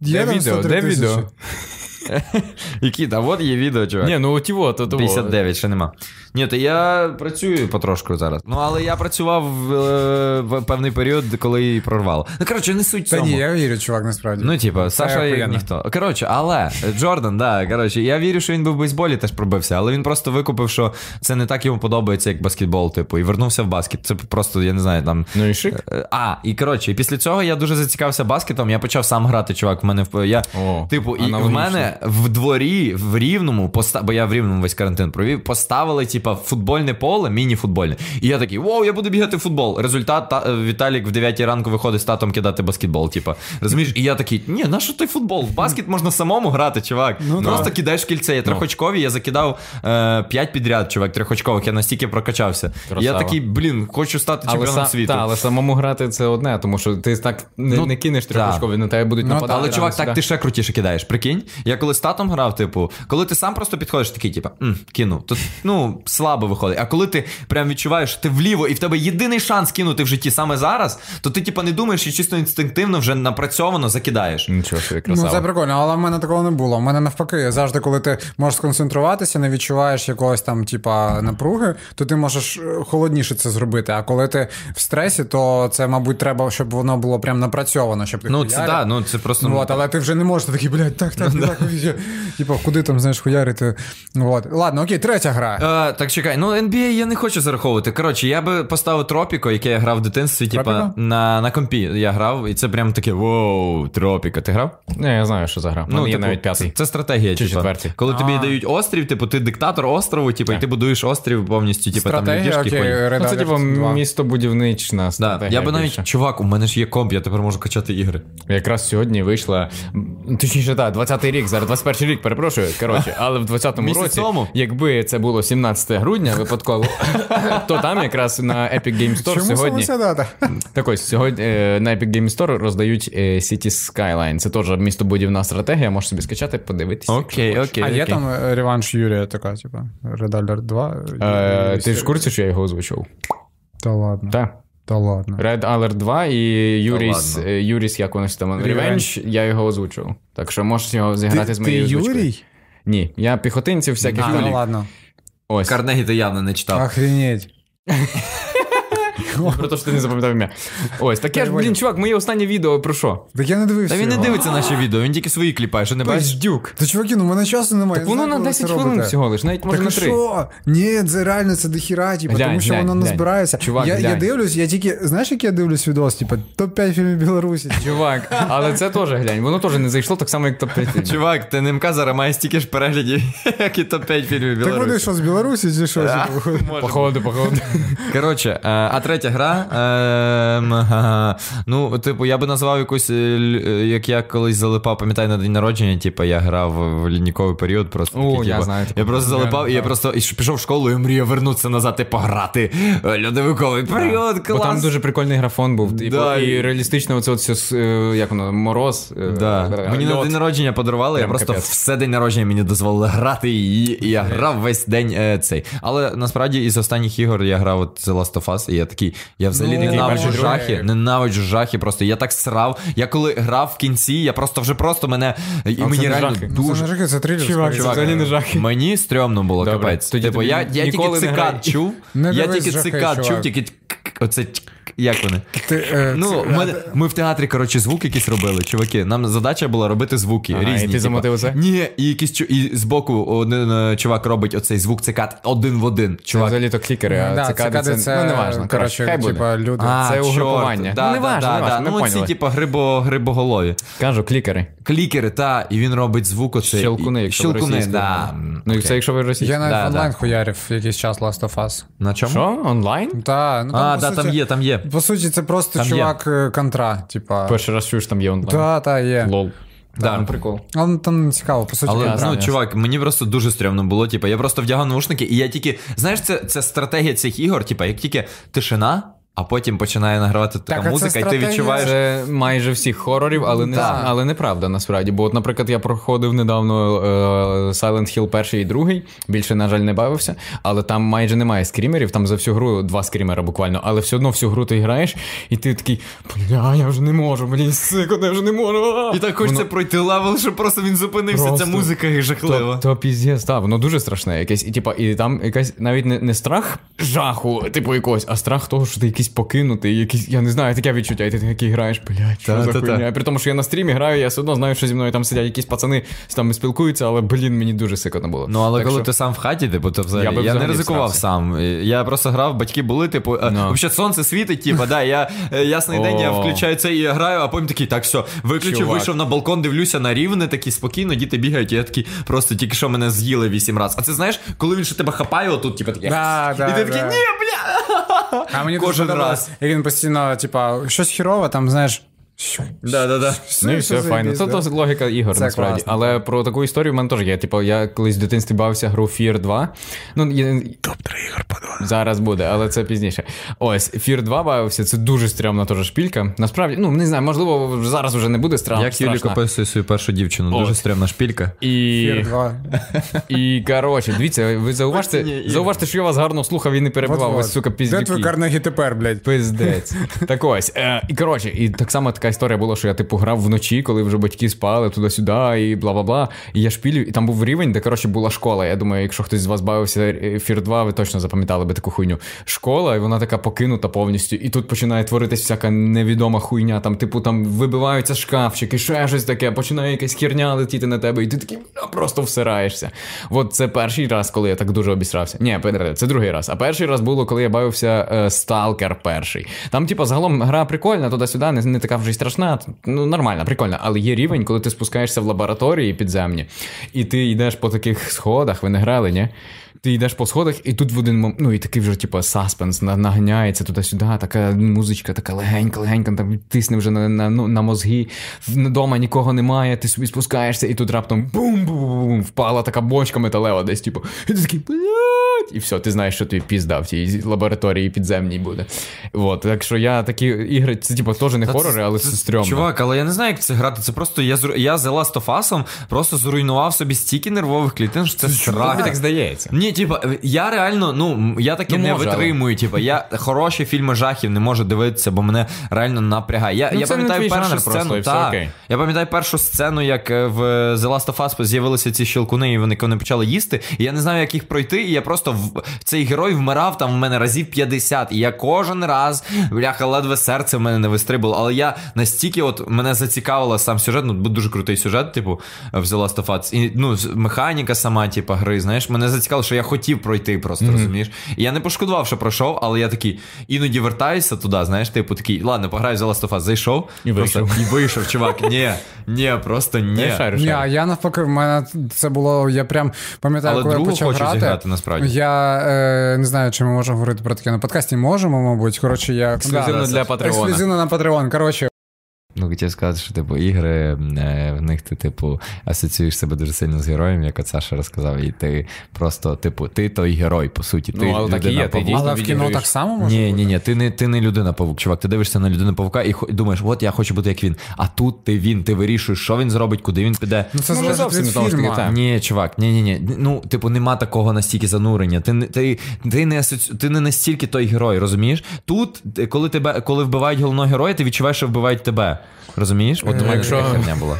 B: Є
C: Де
B: там
C: відео?
B: 103
C: Де відео?
B: тисячі.
A: Які, а от є відео, чувак.
C: Ні, ну от його, то того.
A: 59, ще нема. Ні, то я працюю потрошку зараз. Ну, але я працював в, е, в певний період, коли її прорвало. Ну, коротше, не суть
B: Та
A: цьому.
B: ні, я вірю, чувак, насправді.
A: Ну, типа, Саша як
B: охуєнно.
A: ніхто. Коротше, але Джордан, да, коротше, я вірю, що він був в бейсболі, теж пробився, але він просто викупив, що це не так йому подобається, як баскетбол, типу, і вернувся в баскет. Це просто, я не знаю, там.
C: Ну і шик.
A: Е, А, і коротше, і після цього я дуже зацікавився баскетом. Я почав сам грати, чувак. В мене в я,
C: О,
A: типу, і в
C: аналогічно.
A: мене в дворі в рівному поста, бо я в рівному весь карантин провів, поставили, типа, футбольне поле, міні-футбольне. І я такий, вау, я буду бігати в футбол. Результат та, е, Віталік в 9 ранку виходить з татом кидати баскетбол. Типа, розумієш? І я такий, ні, на що той футбол? В баскет можна самому грати, чувак. Просто кидаєш кільце.
C: Ну.
A: Я трьохочкові, я закидав е, 5 підряд, чувак, трьохочкових. Я настільки прокачався. І Я
C: Красава.
A: такий, блін, хочу стати чемпіоном
C: сам-
A: світу.
C: Та, але самому грати це одне, тому що ти так не,
A: Ну,
C: не кинеш
A: та.
C: трьохочкові, на тебе будуть нападати.
A: Але,
C: рано
A: чувак, так
C: сюди.
A: ти ще крутіше кидаєш. Прикинь, я коли з татом грав, типу, коли ти сам просто підходиш, такий, типу, «М, кину, то ну слабо виходить. А коли ти прям відчуваєш, що ти вліво, і в тебе єдиний шанс кинути в житті саме зараз, то ти, типу, не думаєш і чисто інстинктивно вже напрацьовано закидаєш.
C: Нічого собі,
B: Ну,
C: красава.
B: це прикольно, але в мене такого не було. В мене навпаки, завжди, коли ти можеш сконцентруватися, не відчуваєш якогось там, типа, напруги, то ти можеш е, холодніше це зробити. А коли ти в стресі, то це, мабуть, треба, щоб воно було прям напрацьовано, щоб ти
A: Ну, це
B: хуярив.
A: да, ну це Ну, просто
B: Ну, от, але ти вже не можеш ти такий, блядь, так, так, так, так. Типа, куди там, знаєш, хуярити. Ну, От. Ладно, окей, третя гра.
A: Е, так чекай, ну NBA я не хочу зараховувати. Коротше, я би поставив Тропіко, яке я грав в дитинстві, типа
B: Тропіко?
A: на, на компі я грав, і це прям таке воу, Тропіко. Ти грав?
C: Не, я знаю, що за гра. Ну, є
A: типу,
C: навіть п'ятий.
A: Це, це стратегія,
C: Чи
A: типу.
C: четвертий.
A: Коли тобі дають острів, типу, ти диктатор острову, типу, і ти будуєш острів повністю, типу, там
B: Стратегія,
A: людішки.
B: окей,
A: хуй.
B: Red
C: Ну, це
B: Alert
C: типу
B: 2.
C: містобудівнична
A: Да,
C: стратегія.
A: я би навіть,
C: більше.
A: чувак, у мене ж є комп, я тепер можу качати ігри.
C: Якраз сьогодні вийшла, м, точніше, так, 20-й рік, зараз 21-й рік, перепрошую. Коротше, але в 20-му
A: Місяць
C: році,
A: тому?
C: якби це було 17 грудня випадково, то там якраз на Epic Game Store
B: Чому саме
C: сьогодні.
B: ця дата?
C: Так ось, сьогодні е, на Epic Game Store роздають е, City Skyline. Це теж містобудівна стратегія, можеш собі скачати, подивитися.
A: Окей, окей.
B: А є
A: окей.
B: там е, реванш Юрія, така, типа, Red Alert 2.
C: Е,
B: Юрій
C: ти ж в
B: Сер-
C: курсі, що я його озвучив?
B: Та ладно.
C: Так.
B: Та ладно.
C: Red Alert 2 і Юріс,
A: ладно.
C: е, Юріс як воно ж там, Revenge, я його озвучив. Так що можеш його зіграти з моєю озвучкою. Ні, я піхотинців всяких
B: А, ну
C: там.
B: ладно.
C: Ось.
A: Карнегі ти явно не читав.
B: Охренеть.
C: Про те, що ти не запам'ятав ім'я. Ось, таке ж, блін, чувак, моє останнє відео про що?
B: Так я не дивився.
A: Та він не
B: його.
A: дивиться наші відео, він тільки свої кліпає, що не бачиш?
C: Пиздюк.
B: Та чуваки, ну в мене часу немає. я не
C: Воно
B: знаю,
C: на
B: коли ви
C: 10
B: це
C: хвилин
B: робите.
C: всього лиш, навіть може
B: Так
C: на
B: а
C: 3.
B: що? Ні, це реально це дохіра, типа,
C: Глянь,
B: тому що
C: глянь,
B: воно не
C: глянь.
B: збирається.
C: Чувак,
B: я, я
C: глянь.
B: дивлюсь, я тільки, знаєш, як я дивлюсь відос, типа, топ-5 фільмів Білорусі.
C: Чувак, але це теж глянь, воно теж не зайшло так само, як топ 5
A: Чувак, ти НМК зараз має стільки ж переглядів, як і топ-5 фільмів
B: Так вони
A: Білорусі.
B: що з Білорусі чи що?
A: А,
B: типу?
A: може
C: Походу, походу.
A: Коротше, е, а третя гра. ем, га, Ну, типу, я би назвав якусь, е, л- е, як я колись залипав, пам'ятаю, на день народження, типу, я грав в лінійковий період, просто
C: О,
A: такий,
C: я
A: типу,
C: знаю таку
A: я просто
C: гру,
A: залипав, і я
C: да.
A: просто і ш- пішов в школу і мріяв вернутися назад і пограти. Е, Льодовиковий період,
C: Бо
A: клас.
C: там дуже прикольний графон був. типу,
A: Да, і-
C: І реалістично оце от все, с- е, як воно, мороз. е,
A: Да.
C: е,
A: Мені на
C: льот.
A: день народження подарували, я
C: Прям
A: просто
C: капець.
A: все день народження мені дозволили грати її, і я грав весь день е, цей. Але насправді із останніх ігор я грав от The Last of Us, і я такий, я взагалі
B: Ну,
A: ненавиджу
B: перший, другий.
A: жахи, ненавиджу жахи. Просто я так срав. Я коли грав в кінці, я просто вже просто мене і
C: це
A: мені
C: не
A: реально
C: жахи.
B: Ну, Це
A: дуже.
B: не жахи, це трилер.
C: Чувак,
B: скоріше.
C: це взагалі не жахи.
A: Мені стрьомно було
C: Добре.
A: капець.
C: Тоді
A: типу,
C: тобі
A: я, я тільки
C: ніколи не грай.
A: цикад чув.
B: Не
A: я
B: дивись
A: тільки
B: жахи,
A: цикад чув,
B: чувак.
A: тільки тк- оце тк- як вони?
B: Ти, е,
A: Ну, в мене, ми в театрі, коротше, звук якийсь робили, чуваки. Нам задача була робити звуки
C: Ага,
A: різні.
C: і ти
A: типа.
C: замотив оце?
A: Ні, і якийсь чу- і збоку один е, чувак робить оцей звук цикад один в один.
C: Це
A: Чувак.
C: взагалі то клікери, а
B: да,
C: цикади
B: цикади
C: це... Ну, не важно. Коротше, хай буде.
B: типа, люди.
A: А,
C: це
A: чорт.
C: угрупування.
A: Да,
C: Ну, не
A: да,
C: важно,
A: да,
C: не
A: да.
C: важно, ми
A: Ну, ці,
C: поняли.
A: типа, грибо, грибоголові.
C: Кажу, клікери.
A: Клікери, та, і він робить звук оцей.
C: Щелкуни,
A: І-
C: якщо ви
A: Щелкуни,
C: російською.
A: да.
C: Ну, це якщо ви російські.
B: Я навіть
A: да,
B: онлайн
A: да.
B: хуярив якийсь час Last of Us.
A: На чому?
C: Що? Онлайн?
B: Та, ну,
A: А,
B: по
A: да, там
B: суті-
A: є, там є.
B: По суті, це просто
A: Там є.
B: чувак е, контра, типа.
C: Перший раз чую, що там є онлайн.
B: Та, та, є.
C: Лол.
A: Да.
C: ну, прикол.
B: Але там не цікаво, по суті.
A: Але
B: контра.
A: ну,
C: ясно.
A: чувак, мені просто дуже стрьомно було. типу, Типа, я просто вдягав наушники, і я тільки. Знаєш, це, це стратегія цих ігор, типа, як тільки типу, тишина. а потім починає награвати така
B: а це
A: музика, і ти
B: стратегія.
A: відчуваєш.
C: Це майже всіх хорорів, але не
A: Так.
C: але неправда насправді. Бо, от, наприклад, я проходив недавно е, Silent Hill перший і другий. Більше, на жаль, не бавився. Але там майже немає скрімерів, там за всю гру два скрімера буквально, але все одно всю гру ти граєш, і ти такий, бля, я вже не можу, блін, сико, я вже не можу. а!»
A: І так хочеться пройти левел, що просто він зупинився.
C: Просто.
A: Ця музика і жахлива.
C: То, то піздець, так, воно дуже страшне. Якесь, і, типа, і там якась навіть не, не страх жаху, типу якогось, а страх того, що ти якийсь покинутий, якийсь, я не знаю, таке відчуття, і ти такий граєш, блядь, що
A: Та,
C: за
A: та, та.
C: хуйня. При тому, що я на стрімі граю, я все одно знаю, що зі мною там сидять якісь пацани, з- там спілкуються, але, блін, мені дуже сикотно було.
A: Ну, але
C: Так
A: коли
C: що-
A: ти сам в хаті, типу, то взагалі
C: Я
A: я,
C: би
A: не
C: взагалі
A: ризикував
C: всрався.
A: сам. Я просто грав, батьки були, типу, е,
C: Ну.
A: взагалі сонце світить, типу, да, я е, ясний день, я
C: О.
A: включаю це і граю, а потім такий, так, все, виключив,
C: Чувак.
A: вийшов на балкон, дивлюся на рівне, такі спокійно, діти бігають, і я такий, просто тільки що мене з'їли вісім разів. А це знаєш, коли він ще тебе хапає, отут, типу, таке.
B: Да, да,
A: і ти такий,
B: да.
A: ні, бля.
B: А мені
A: Кожен
B: дуже подобалось,
A: раз.
B: як він постійно, типа, щось хірове, там, знаєш, що?
A: Да, да, да.
C: Ну і все
B: заєбісь,
C: файно. Це
B: да.
C: досить логіка ігор,
B: Це
C: насправді.
B: класно.
C: Але про таку історію в мене теж є. Типу, я колись в дитинстві бавився гру Fear 2. Ну, я... Топ-3 ігор подумав. Зараз буде, але це пізніше. Ось, Fear 2 бавився, це дуже стрьомна теж шпілька. Насправді, ну не знаю, можливо, зараз вже не буде страшно.
A: Як Юлік описує свою першу дівчину, дуже стрімна шпілька.
C: І,
B: Два.
C: і коротше, дивіться, ви зауважте,
A: Оціні ігри.
C: зауважте, що я вас гарно слухав і не перебивав. Ви,
B: От-от.
C: сука,
B: Де
C: піздюки.
B: твій Карнегі тепер, блядь?
C: Пиздець. Так ось. Е, і коротше, і так само така історія була, що я типу грав вночі, коли вже батьки спали туди-сюди, і бла бла бла. І я шпілю, і там був рівень, де коротше була школа. Я думаю, якщо хтось з вас бавився е, Fear 2, ви точно запам'ятали би таку хуйню. Школа, і вона така покинута повністю. І тут починає творитись всяка невідома хуйня. Там, типу, там вибиваються шкафчики, ще щось таке, починає якась херня летіти на тебе, і ти такий «Бля, просто всираєшся. От це перший раз, коли я так дуже обісрався. Ні, пе- це другий раз. А перший раз було, коли я бавився е, Stalker перший. Там, типу, загалом гра прикольна, туди-сюди, не, не така вже й страшна. Ну, нормальна, прикольна. Але є рівень, коли ти спускаєшся в лабораторії підземні, і ти йдеш по таких сходах, ви не грали, ні? Ти йдеш по сходах, і тут в один момент, ну і такий вже, типу, саспенс на- наганяється туди-сюди, така музичка, така легенька, легенька, там тисне вже на, на, ну, на мозги. Вдома нікого немає, ти собі спускаєшся, і тут раптом бум бум бум впала така бочка металева десь, типу, і ти такий блядь, і все, ти знаєш, що тобі пізда в тій лабораторії підземній буде. От, так що я такі ігри, це типу теж не
A: Та це-
C: хорори, але це стрьомно.
A: Чувак, але я не знаю, як це грати. Це просто я зру- я за Last of Us просто зруйнував собі стільки нервових клітин, що це
C: Тобі
A: страх.
C: так здається.
A: Ні, типа, е, я реально, ну м, я таке
C: Ну,
A: не
C: може, але.
A: витримую. Типа, я хороші фільми жахів не можу дивитися, бо мене реально напрягає. Я,
C: Ну,
A: я
C: це не
A: пам'ятаю
C: твій
A: першу
C: жанр
A: сцену.
C: просто, і все
A: та,
C: окей.
A: Я пам'ятаю першу сцену, як е, в е, The Last of Us з'явилися ці щелкуни, і вони, вони почали їсти. І я не знаю, як їх пройти. І я просто в цей герой вмирав там в мене разів 50. І я кожен раз, бляха, ледве серце в мене не вистрибуло. Але я настільки, от мене зацікавила сам сюжет, ну дуже крутий сюжет, типу, в The Last of Us. І ну, з- механіка сама, типу, гри. Знаєш, мене зацікавило, що я хотів пройти, просто розумієш. І я не пошкодував, що пройшов, але я такий іноді вертаюся туди, знаєш, типу такий, ладно, пограю в The Last of Us, зайшов
C: І
A: просто- і вийшов, чувак. Ні, ні, просто
C: Я
A: ні.
C: шарю,
B: Ні,
C: шарю.
B: а я навпаки, в мене це було. Я прям пам'ятаю,
A: Але
B: коли я
A: другу
B: почав
A: хочу
B: грати.
A: зіграти насправді.
B: Я е, не знаю, чи ми можемо говорити про таке на подкасті. Можемо, мабуть. Коротше, я
C: Ексклюзивно для Патреона.
B: Ексклюзивно на Patreon. Коротше,
A: Ну, хотів сказати, що типу ігри, е, в них ти, типу, асоціюєш себе дуже сильно з героєм, як от Саша розказав, і ти просто, типу, ти той герой, по суті. Ти
C: Ну, але так і є, ти
A: людина-павук.
C: дійсно
B: але в кіно
C: відіграєш.
B: так само може.
A: Ні, ні, ні, ти не, ти не людина павук, чувак. Ти дивишся на людину павука і хо- думаєш, от я хочу бути як він. А тут ти він, ти вирішуєш, що він зробить, куди він піде.
B: Ну це
C: Ну,
B: залежить
C: зовсім
B: від
C: знову ж таки,
B: фільму.
C: так.
A: Ні, чувак, ні, ні, ні. Ну, типу, нема такого настільки занурення. Ти, не- ти, ти, не, асоці... ти не настільки той герой, розумієш? Тут, е, коли, тебе, коли вбивають головного героя, ти відчуваєш, що вбивають тебе. Розумієш? От
C: Е,
A: думаю,
C: якщо-
A: якщо херня була.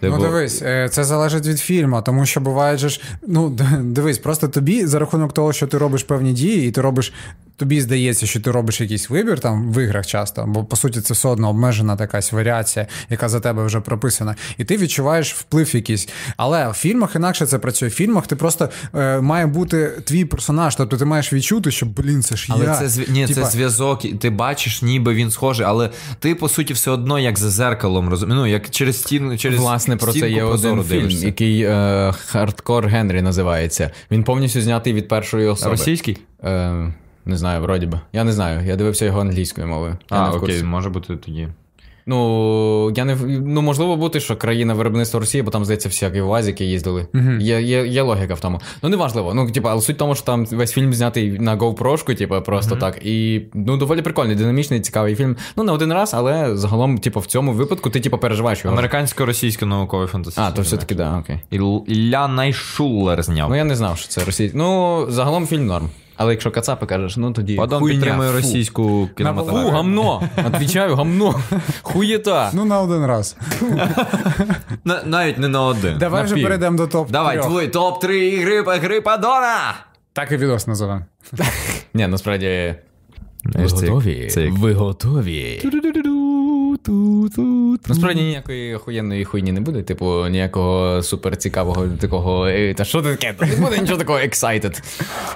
A: Типу,
B: Ну дивись, е, це залежить від фільму, тому що буває же ж. Ну д- дивись, просто тобі за рахунок того, що ти робиш певні дії, і ти робиш. Тобі здається, що ти робиш якийсь вибір там в іграх часто, бо по суті це все одно обмежена якась варіація, яка за тебе вже прописана. І ти відчуваєш вплив якийсь. Але в фільмах інакше це працює. В фільмах ти просто е, має бути твій персонаж, тобто ти маєш відчути, що блін, це ж
A: Але
B: я.
A: це зв... ні,
B: Типа,
A: це зв'язок, і ти бачиш, ніби він схожий, але ти по суті все одно як за зеркалом, розумієш, ну, як через стіну, через
C: Власне, про це
A: стінку
C: є один
A: прозору
C: фільм,
A: дивишся.
C: який е, Хардкор Генрі називається. Він повністю знятий від першої особи.
A: Російський?
C: Е, не знаю, вроді би. Я не знаю. Я дивився його англійською мовою. Я не
A: А,
C: в курсі.
A: окей, може бути тоді.
C: Ну я не в- ну можливо бути, що країна виробництва Росії, бо там здається всякі УАЗики їздили. Є, є, є логіка в тому. Ну не важливо. Ну типа, але суть в тому, що там весь фільм знятий на GoPro-шку, типа, просто так. І ну доволі прикольний, динамічний, цікавий фільм. Ну не один раз, але загалом, типа, в цьому випадку ти типа переживаєш його.
A: Американсько-російське наукове фантастичне.
C: А, то все таки, да, окей.
A: Іл- Ілля Найшулер зняв.
C: Ну я не знав, що це російський. Ну загалом фільм норм. Але якщо кацапи кажеш, ну тоді
A: Падон
C: хуйня,
A: підтримує
C: фу.
A: російську
C: Фу,
A: кінематографію.
C: гамно! Отвічаю, гамно. Хуєта.
B: Ну, на один раз.
A: На- Навіть не на один.
B: Давай вже
C: пів.
B: перейдемо до топ.
A: Давай,
B: трьох.
A: твій топ-3 ігри, гри Падона!
B: Так і відос назовемо.
C: Ні, насправді.
A: Ви готові?
C: Ви готові. Насправді ніякої охуєнної хуйні не буде, типу, ніякого суперцікавого такого. «Ей, Та що ти таке? Та Не буде нічого такого excited.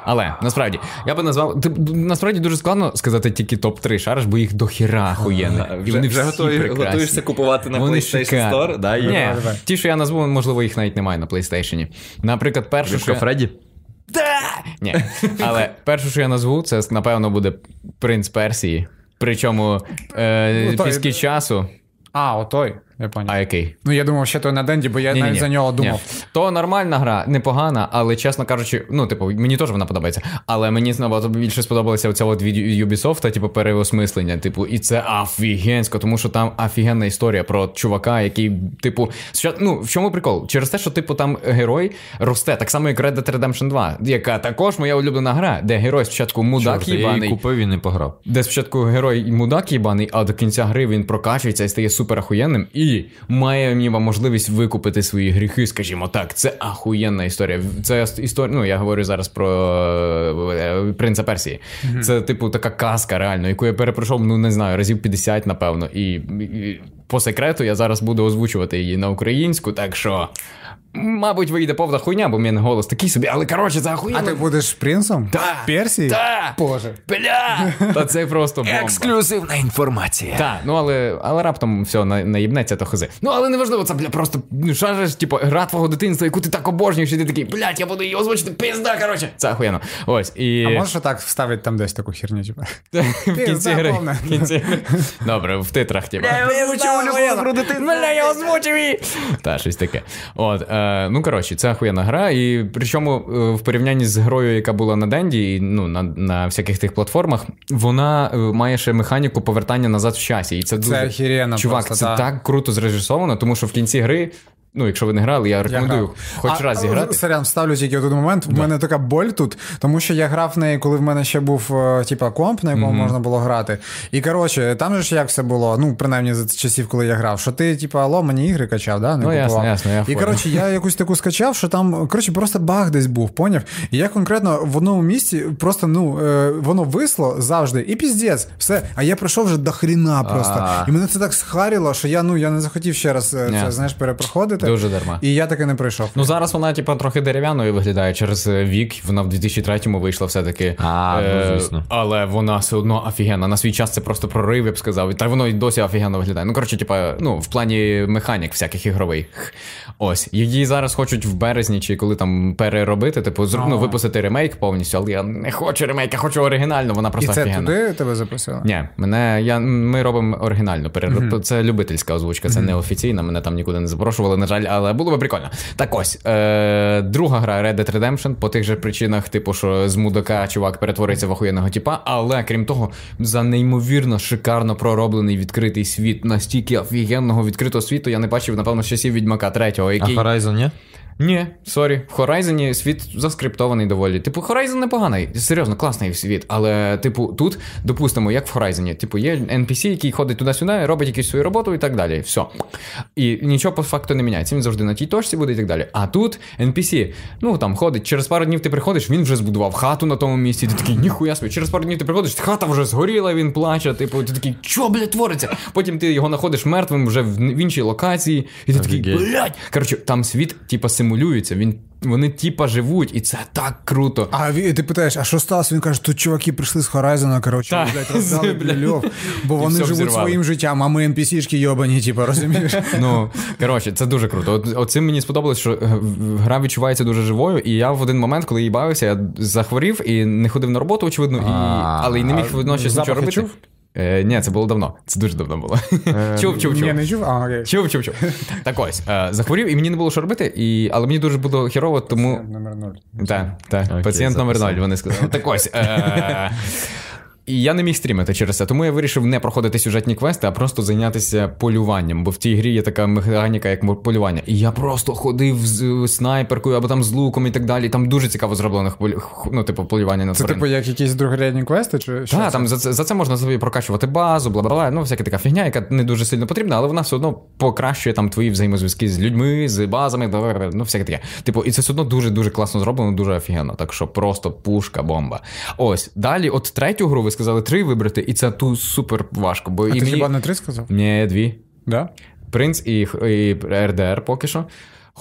C: Але насправді, я би назвав. Ти, насправді дуже складно сказати тільки топ-3 шариш, бо їх дохіра охуєнно. І вони всі прекрасні.
A: купувати
C: Вони шикарні.
A: Да, і-
C: Ні, ті, що я назву, можливо, їх навіть немає на PlayStation. Наприклад, перше, що
A: Що,
C: я...
A: Фредді?
C: Ні. Але перше, що я назву, це напевно буде принц Персії. Причому е,
B: Ну, та-
C: піски часу.
B: А, отой. Я понял.
C: А який?
B: Ну я думав, ще той на Денді, бо я навіть
C: Ні-ні-ні.
B: за нього думав.
C: Ні. То нормальна гра, непогана, але чесно кажучи, ну, типу, мені теж вона подобається. Але мені набагато більше сподобалася оця от від Ubisoft, типу, переосмислення. Типу, і це афігенсько, тому що там афігенна історія про чувака, який, типу, що, ну, в чому прикол? Через те, що, типу, там герой росте, так само, як Red Dead Redemption 2, яка також моя улюблена гра, де герой спочатку мудак
A: Чорт, я її
C: їбаний,
A: купив і не пограв.
C: де спочатку герой мудак їбаний, а до кінця гри він прокачується і стає супер ахуєнним, і має ніби можливість викупити свої гріхи, скажімо так. Це ахуєнна історія. Це іс- історія. Ну я говорю зараз про е, принца Персії. Це типу така казка, реально, яку я перепройшов, ну не знаю, разів 50, напевно. І, і по секрету я зараз буду озвучувати її на українську, так що. Мабуть, вийде повна хуйня, бо в мене голос такий собі, але коротше, це
B: А
C: ахуєнно.
B: ти будеш принцем?
C: Та.
B: Персії?
C: Та!
B: Боже.
C: Бля! Та це просто бомба.
A: Ексклюзивна інформація.
C: Так, ну але, але раптом все на- наїбнеться, то хизи. Ну але неважливо, це бля, просто ну, шариш, типу, гра твого дитинства, яку ти так обожнюєш, і ти такий, блядь, я буду її озвучити, пізда, коротше. Це охуєнно. Ось, і
B: А можеш отак вставити там десь таку херню, типу?
C: в кінці
B: пізда
C: гри.
B: повна.
C: В кінці. Добре, в титрах, типу. Бля, я озвучив її! Та, щось таке. От, е, ну коротше, це ахуєнна гра, і причому е, в порівнянні з грою, яка була на Денді, і ну, на, на всяких тих платформах, вона е, має ще механіку повертання назад в часі. І це дуже.
B: охеренно
C: Чувак,
B: просто, та.
C: це так круто зрежисовано, тому що в кінці гри, ну, якщо ви не грали, я рекомендую хоч раз зіграти.
B: Сорян, вставлю тільки один момент. В мене така боль тут, тому що я грав в неї, коли в мене ще був е, типа комп, на якому можна було грати. І коротше, там же ж як все було, ну принаймні за часів, коли я грав, що ти, типа, алло, мені ігри качав, да? Не
C: Ну, ясно,
B: купував.
C: ясно, я
B: І
C: понял.
B: коротше, я якусь таку скачав, що там коротше, просто баг десь був, поняв? І я конкретно в одному місці просто ну е, воно висло завжди, і піздець, все. А я пройшов вже до хріна просто.
A: А.
B: І мене це так схарило, що я ну я не захотів ще раз е,
C: Ясно.
B: це знаєш перепроходити.
C: Дуже дарма.
B: І я таки не пройшов.
C: Ну зараз вона, типу, трохи дерев'яною виглядає через е, вік. Вона в 2003-му вийшла все-таки. Е,
A: А, ну, звісно.
C: Але вона все одно офігенна. На свій час це просто прорив, я б сказав. І Та воно і досі офігенно виглядає. Ну, коротше, типу, ну, в плані механік всяких ігрових. Ось. Її зараз хочуть в березні чи коли там переробити, типу, зр- ну, випустити ремейк повністю, але я не хочу ремейк, я хочу оригінальну, вона
B: І
C: просто
B: це
C: офігенна.
B: туди тебе запросили?
C: Ні, мене я ми робимо оригінально. Перероб... Це любительська озвучка, це не офіційна. Мене там нікуди не запрошували, на жаль, але було би прикольно. Так ось е... друга гра Red Dead Redemption по тих же причинах, типу, що з мудака чувак перетвориться в охуєнного тіпа, але крім того, за неймовірно шикарно пророблений відкритий світ, настільки офігенного відкритого світу я не бачив, напевно, з часів Відьмака третього,
A: А
C: який
A: Horizon, ні?
C: ні, сорі. В Horizon світ заскриптований доволі. Типу, Horizon непоганий, серйозно, класний світ. Але, типу, тут, допустимо, як в Horizon, типу, є NPC, який ходить туди-сюди, робить якусь свою роботу і так далі. Все. І нічого по факту не міняється. Він завжди на тій точці буде і так далі. А тут NPC, ну там ходить, через пару днів ти приходиш, він вже збудував хату на тому місці. Ти такий, ніхуя собі. Через пару днів ти приходиш, хата вже згоріла, він плаче. Типу, ти такий, що, блядь, твориться? Потім ти його знаходиш мертвим вже в, в іншій локації, і ти такий,
A: Офігеть.
C: блядь. Коротше, там світ, типа, симулюється. Він, вони, типа, живуть, і це так круто.
B: А ві- ти питаєш, а що сталося? Він каже, тут чуваки прийшли з Хорайзена, коротше,
C: Та,
B: і, блядь, роздали
C: блядь.
B: люльов, бо вони
C: все
B: живуть
C: взірвали.
B: своїм життям, а ми NPC-шки йобані, типу, розумієш?
C: Ну, коротше, це дуже круто. От, оцим мені сподобалось, що е, в- гра відчувається дуже живою, і я в один момент, коли її бавився, я захворів і не ходив на роботу, очевидно, і... але й не міг водночас нічого
B: запахи
C: робити.
B: чув? Е,
C: Е, ні, це було давно. Це дуже давно було. Чув, чув, чув.
B: Ні, не чув? А, окей.
C: Чув, чув, чув. Так ось, е, захворів, і мені не було що робити, і... але мені дуже було хірово, тому.
B: Номер нуль.
C: Так, так.
A: Окей,
C: Пацієнт номер
A: записав.
C: 0, вони сказали. Так ось. е, І я не міг стрімити через це, тому я вирішив не проходити сюжетні квести, а просто зайнятися полюванням. Бо в тій грі є така механіка, як мо- полювання. І я просто ходив з е, снайперкою або там з луком і так далі. Там дуже цікаво зроблено хвилю- х- ну, типу, полювання на
B: Це
C: тварин.
B: типу як якісь другорядні квести, чи що?
C: Та,
B: це?
C: там за це, за це можна собі прокачувати базу, бла бла бла. Ну, всяка така фігня, яка не дуже сильно потрібна, але вона все одно покращує там твої взаємозв'язки з людьми, з базами, бла-бла-бла, ну всяке таке. Типу, і це все одно дуже дуже класно зроблено, дуже офігенно. Так що просто пушка, бомба. Ось далі, от третю гру ви сказали три вибрати, і це тут супер важко. Бо
B: А
C: і
B: ти
C: мені...
B: хіба не три сказав?
C: Ні, дві.
B: Да?
C: Принц і, Х- і РДР поки що.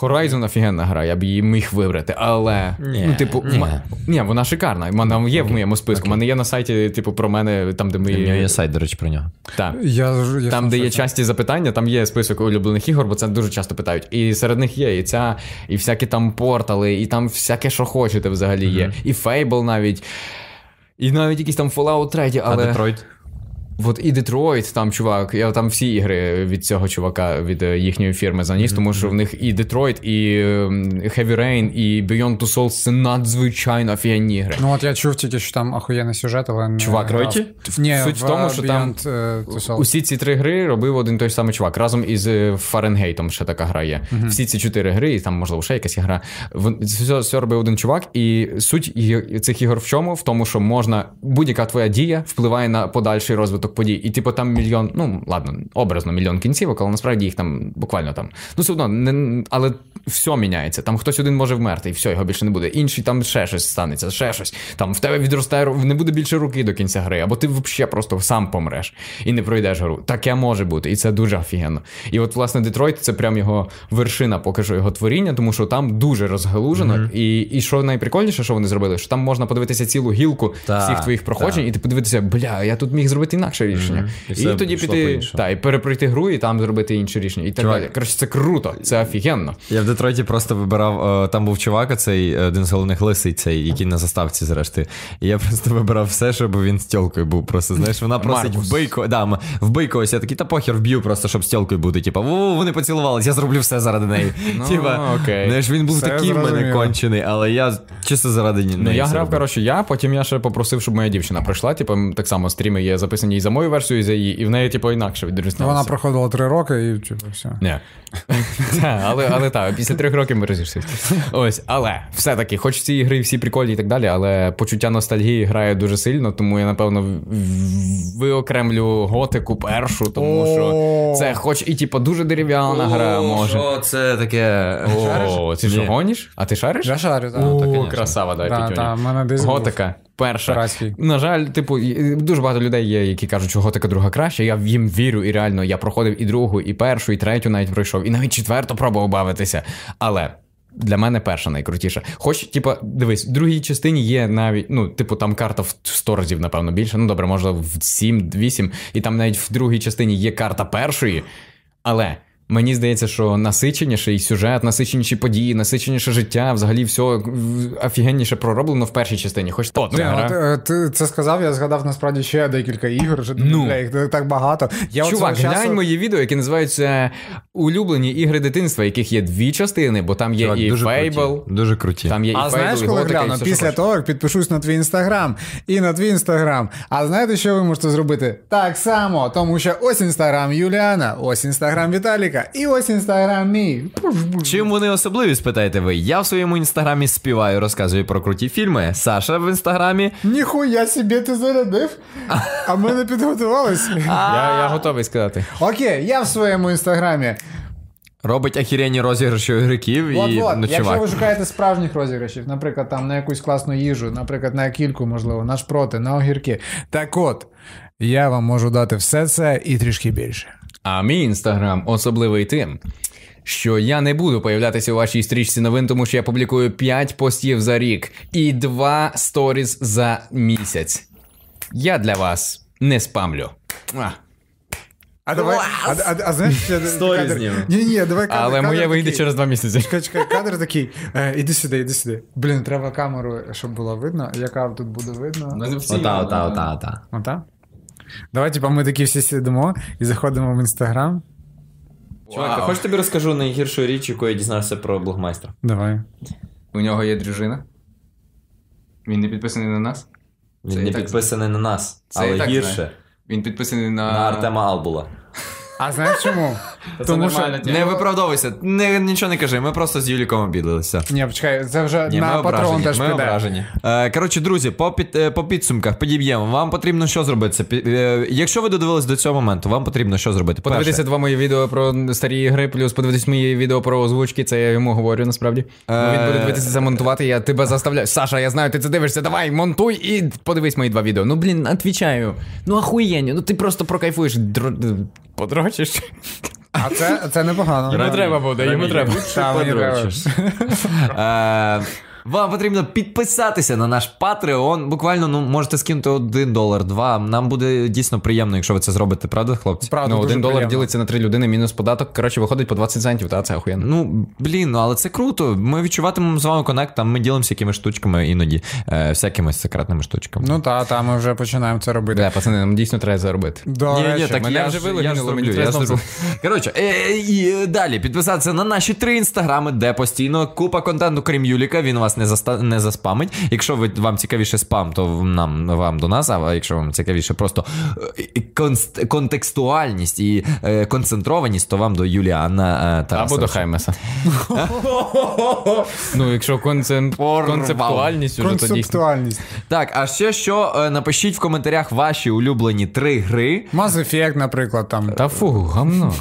C: Horizon офігенна гра, я б її міг вибрати, але
A: Ні,
C: ну, типу,
A: ні.
C: ма- ні, вона шикарна. Вона є в моєму списку. У мене є на сайті, типу, про мене, там, де ми.
A: У нього є сайт, до речі, про нього.
C: Та.
B: Я, ж- я
C: Там, де є
B: щось-
C: часті запитання, там є список улюблених ігор, бо це дуже часто питають. І серед них є і ця, і всякі там портали, і там всяке, що хочете взагалі є. І Fable навіть. І навіть якісь там Fallout 3, але.
A: А Детройт?
C: От і Детройт, там чувак, я там всі ігри від цього чувака, від е, їхньої фірми заніс, тому що в них і Детройт, і ем, Heavy Rain, і Beyond Two Souls це надзвичайно офігенні ігри.
B: Ну от я чув тільки, що там ахуєнний сюжет, але не
C: Чувак,
B: грав.
C: тройки?
B: Ні,
C: Суть в тому, що там
B: Beyond, е, Two Souls.
C: Усі ці три гри робив один той самий чувак. Разом із е, Фаренгейтом ще така гра є. Всі ці чотири гри, і там, можливо, ще якась гра. Вон- це Все, все робив один чувак, і суть і- цих ігор в чому? В тому, що можна будь-яка твоя дія впливає на подальший розвиток подій. І типу там мільйон, ну ладно, образно мільйон кінцівок, але насправді їх там буквально там. Ну, все одно, не, але все міняється. Там хтось один може вмерти, і все, його більше не буде. Інший там ще щось станеться, ще щось. Там в тебе відростає ру- не буде більше руки до кінця гри, або ти взагалі просто сам помреш і не пройдеш гру. Таке може бути, і це дуже офігенно. І от, власне, Детройт це прям його вершина, поки що його творіння, тому що там дуже розгалужено. І, і що найприкольніше, що вони зробили, що там можна подивитися цілу гілку
A: Та,
C: всіх твоїх проходжень,
A: та.
C: і ти подивитися, бля, я тут міг зробити інакше рішення.
A: Мгм. І
C: І,
A: все
C: тоді
A: пішло
C: піти
A: по-іншому.
C: та, і перепройти гру, і там зробити інше рішення. І так
A: Чувак. е,
C: далі. Коротше, це круто, це офігенно.
A: Я в Детройті просто вибирав. е, Там був чувак, цей один з головних лисий, цей, який на заставці, зрештою. І я просто вибирав все, щоб він з тілкою був. Просто знаєш, вона просить
C: Маркус.
A: вбий ко- да, м- вбий когось. Я такий, та похер вб'ю, просто щоб з тілкою бути. Типа, «Ву, вони поцілувались, я зроблю все заради неї.
C: Ну,
A: Типа,
C: окей.
A: знаєш, він був
B: Все
A: такий в мене
B: зрозуміло.
A: кончений, але я чисто заради неї.
C: Ну, я
A: це
C: грав,
A: робив.
C: коротше, я, потім я ще попросив, щоб моя дівчина пройшла. Типу, м, так само стріми є записані і за мою версію, і за її, і в неї, типу, інакше відрізнялося.
B: Вона проходила три роки і типу, все.
C: Ні. Та, але але так, після трьох років ми розійшлися. Ось, але все-таки, хоч ці ігри всі прикольні і так далі, але почуття ностальгії грає дуже сильно, тому я, напевно, в- в- виокремлю готику першу, тому що це, хоч і типу, дуже дерев'яна гра,
A: О,
C: може.
A: Що це таке?
C: О, ти що
A: Ні.
C: гониш? А ти шариш?
B: Я шарю, так.
C: О,
A: конечно.
C: красава, дай
B: Да,
C: тютюня.
B: та, в мене десь був.
C: готика. Перша.
B: Тарасій.
C: На жаль, типу, і- і дуже багато людей є, які кажуть, що готика друга краща. Я їм вірю, і реально я проходив і другу, і першу, і третю навіть пройшов, і навіть четверту пробував бавитися. Але. Для мене перша найкрутіша. Хоч, типу, дивись, в другій частині є навіть, ну, типу, там карта в 100 разів, напевно, більше. Ну, добре, може, в 7-8. І там навіть в другій частині є карта першої. Але мені здається, що насиченіший сюжет, насиченіші події, насиченіше життя, взагалі все в- офігенніше пророблено в першій частині. Хоч то
B: Блін, от,
C: гра.
B: е, ти це сказав, я згадав насправді ще декілька ігор, вже
C: Ну.
B: бля, їх так багато. Я от
C: Чувак,
B: свого
C: глянь
B: часу-
C: мої відео, які називаються Улюблені ігри дитинства, яких є дві частини, бо там є
A: Чувак,
C: і
A: дуже
C: Fable,
A: круті. Дуже круті.
C: там є і
B: А
C: Fable,
B: знаєш,
C: і
B: коли
C: Готика, і
B: гляну?
C: все, що
B: Після
C: хочеш.
B: того, як підпишусь на твій інстаграм і на твій інстаграм. А знаєте, що ви можете зробити? Так само, тому що ось інстаграм Юліана, ось інстаграм Віталіка і ось інстаграм мій.
A: Чим вони особливі, спитаєте ви? Я в своєму інстаграмі співаю, розказую про круті фільми. Саша в інстаграмі.
B: Ніхуя собі ти зарядив, а ми не підготувались.
C: Я, я готовий сказати.
B: Окей, я в своєму інстаграмі.
A: Робить ахірені розіграші ігроків
B: От
A: і
B: от,
A: ну,
B: якщо ви
A: чувак.
B: шукаєте справжніх розіграшів, наприклад, там на якусь класну їжу, наприклад, на кільку, можливо, на шпроти, на огірки. Так от, я вам можу дати все це і трішки більше.
C: А мій інстаграм особливий тим, що я не буду появлятися у вашій стрічці новин, тому що я публікую 5 постів за рік і 2 сторіз за місяць. Я для вас не спамлю. Муа.
B: А давай, а, а, а знаєш, ще
A: Сторі
B: кадр-
A: знімемо.
B: Ні, ні, давай кадр.
C: Але
B: кадр
C: моє вийде
B: такий.
C: через 2 місяці.
B: Чекай, чекай, кадр такий. Е, іди сюди, іди сюди. Блін, треба
C: Ну.
B: Ну, камеру, щоб було видно. Яка тут буде видно?
A: Ота, ота, ота, ота.
B: Ота? Давай, типа, ми такі всі сидимо і заходимо в інстаграм.
A: Чувак, а хочеш тобі розкажу найгіршу річ, яку я дізнався про блогмайстра?
B: Давай.
C: У нього є дружина. Він не підписаний на нас.
A: Він
C: Це і
A: не
C: так
A: підписаний на нас,
C: Це і
A: але
C: так
A: гірше
C: знаю. Він підписаний на.
A: на Артема Албула.
B: А знаєш чому?
C: Та це
B: Тому що-
C: нормальна тема.
A: Не виправдовуйся, не, нічого не кажи. Ми просто з Юліком обідалися.
B: Ні, почекай, це вже
A: Ні,
B: на
A: ми
B: патрон
A: ображені,
B: теж
A: ми
B: піде.
A: ображені. Е, коротше, друзі, по, під, е, по підсумках підіб'ємо. Вам потрібно що зробити? Це пі- е, якщо ви додивились до цього моменту, вам потрібно що зробити? Перше,
C: Подивитися два мої відео про старі ігри, плюс подивитись мої відео про озвучки, це я йому говорю насправді.
A: Е.
C: Бо Він буде дивитися це монтувати, я тебе заставляю. Саша, я знаю, ти це дивишся, давай, монтуй і подивись мої два відео. Ну блін, отвічаю. Ну ахуєнні, ну ти просто прокайфуєш. Дро- Подрочиш.
B: А це, це непогано.
C: Йому
B: Да.
C: треба буде, йому треба.
B: Та, мені треба.
A: Подрочиш. Е, Вам потрібно підписатися на наш Patreon. Буквально ну можете скинути 1 долар, 2. Нам буде дійсно приємно, якщо ви це зробите, правда, хлопці?
B: Правда,
C: Ну,
B: дуже
C: один долар
B: приємно.
C: ділиться на три людини, мінус податок. Коротше, виходить по 20 центів, та це охуєнно.
A: Ну, блін, ну але це круто. Ми відчуватимемо з вами конект, там ми ділимося якимись штучками іноді, е, всякими секретними штучками.
B: Ну та, та, ми вже починаємо це робити.
C: Бля, пацани, нам дійсно треба заробити.
B: До
A: Ні,
B: речі,
A: ні, так
C: мене
A: я
C: вже
A: ж-
C: виловили,
A: я ж
C: мені
A: зроблю,
C: треба
A: я
C: знову
A: зроблю. Коротше, е, е, і е, далі підписатися на наші три інстаграми, де постійно купа контенту, крім Юліка, він вас не заста не заспамить. Якщо ви вам цікавіше спам, то в- нам вам до нас. А якщо вам цікавіше просто е, е, конст- контекстуальність і е, концентрованість, то вам до Юліана е, Тарасова.
C: Або до Хаймеса. Ну, якщо концен-
A: Порвав.
C: концептуальність уже то дійсно.
B: концептуальність.
A: Так, а ще що е, напишіть в коментарях ваші улюблені три гри.
B: Mass Effect, наприклад, там.
A: Е,
C: Та фу, гамно.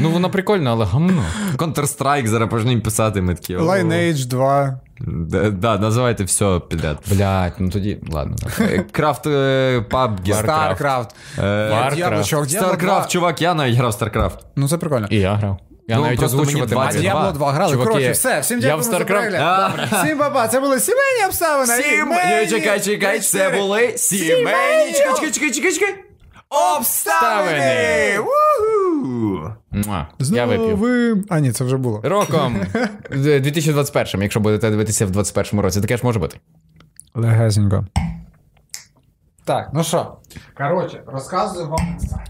C: Ну воно прикольно, але гамно.
A: Counter-Strike зараз почнемо писати ми такі. о,
B: Lineage 2.
A: Д- Да, називайте все підряд.
C: Блять, ну тоді, ладно.
A: Е, Крафт е, PUBG.
B: StarCraft. Е,
C: Warcraft.
B: Діаблочок, Діабло 2.
A: StarCraft, е, чувак, я навіть грав в StarCraft.
B: Ну це прикольно.
C: І я грав. Я
A: Ну,
C: навіть
A: просто мені
C: озвучувати
A: 20.
C: маю.
A: Я
B: Діабло
A: Два.
B: 2 грали.
C: Чуваки,
B: Коротше, все, всім
C: я
B: дякую
C: в
B: за
C: StarCraft.
B: перегляд. Добре. Всім баба, це були сімейні обставини.
A: Сім...
B: Ні,
A: Ні, чекай, чекай, це були сімейні. Чекай, чекай, чекай, чекай, чекай. Обставини!
C: Обставини.
A: Уху!
C: Муа. Я вип'ю.
B: Ви... А ні, це вже було.
C: Роком З е, 2021, якщо будете дивитися в 21 році, таке ж може бути.
B: Легесенько. Так, ну що? Коротше, розказую вам інсайт.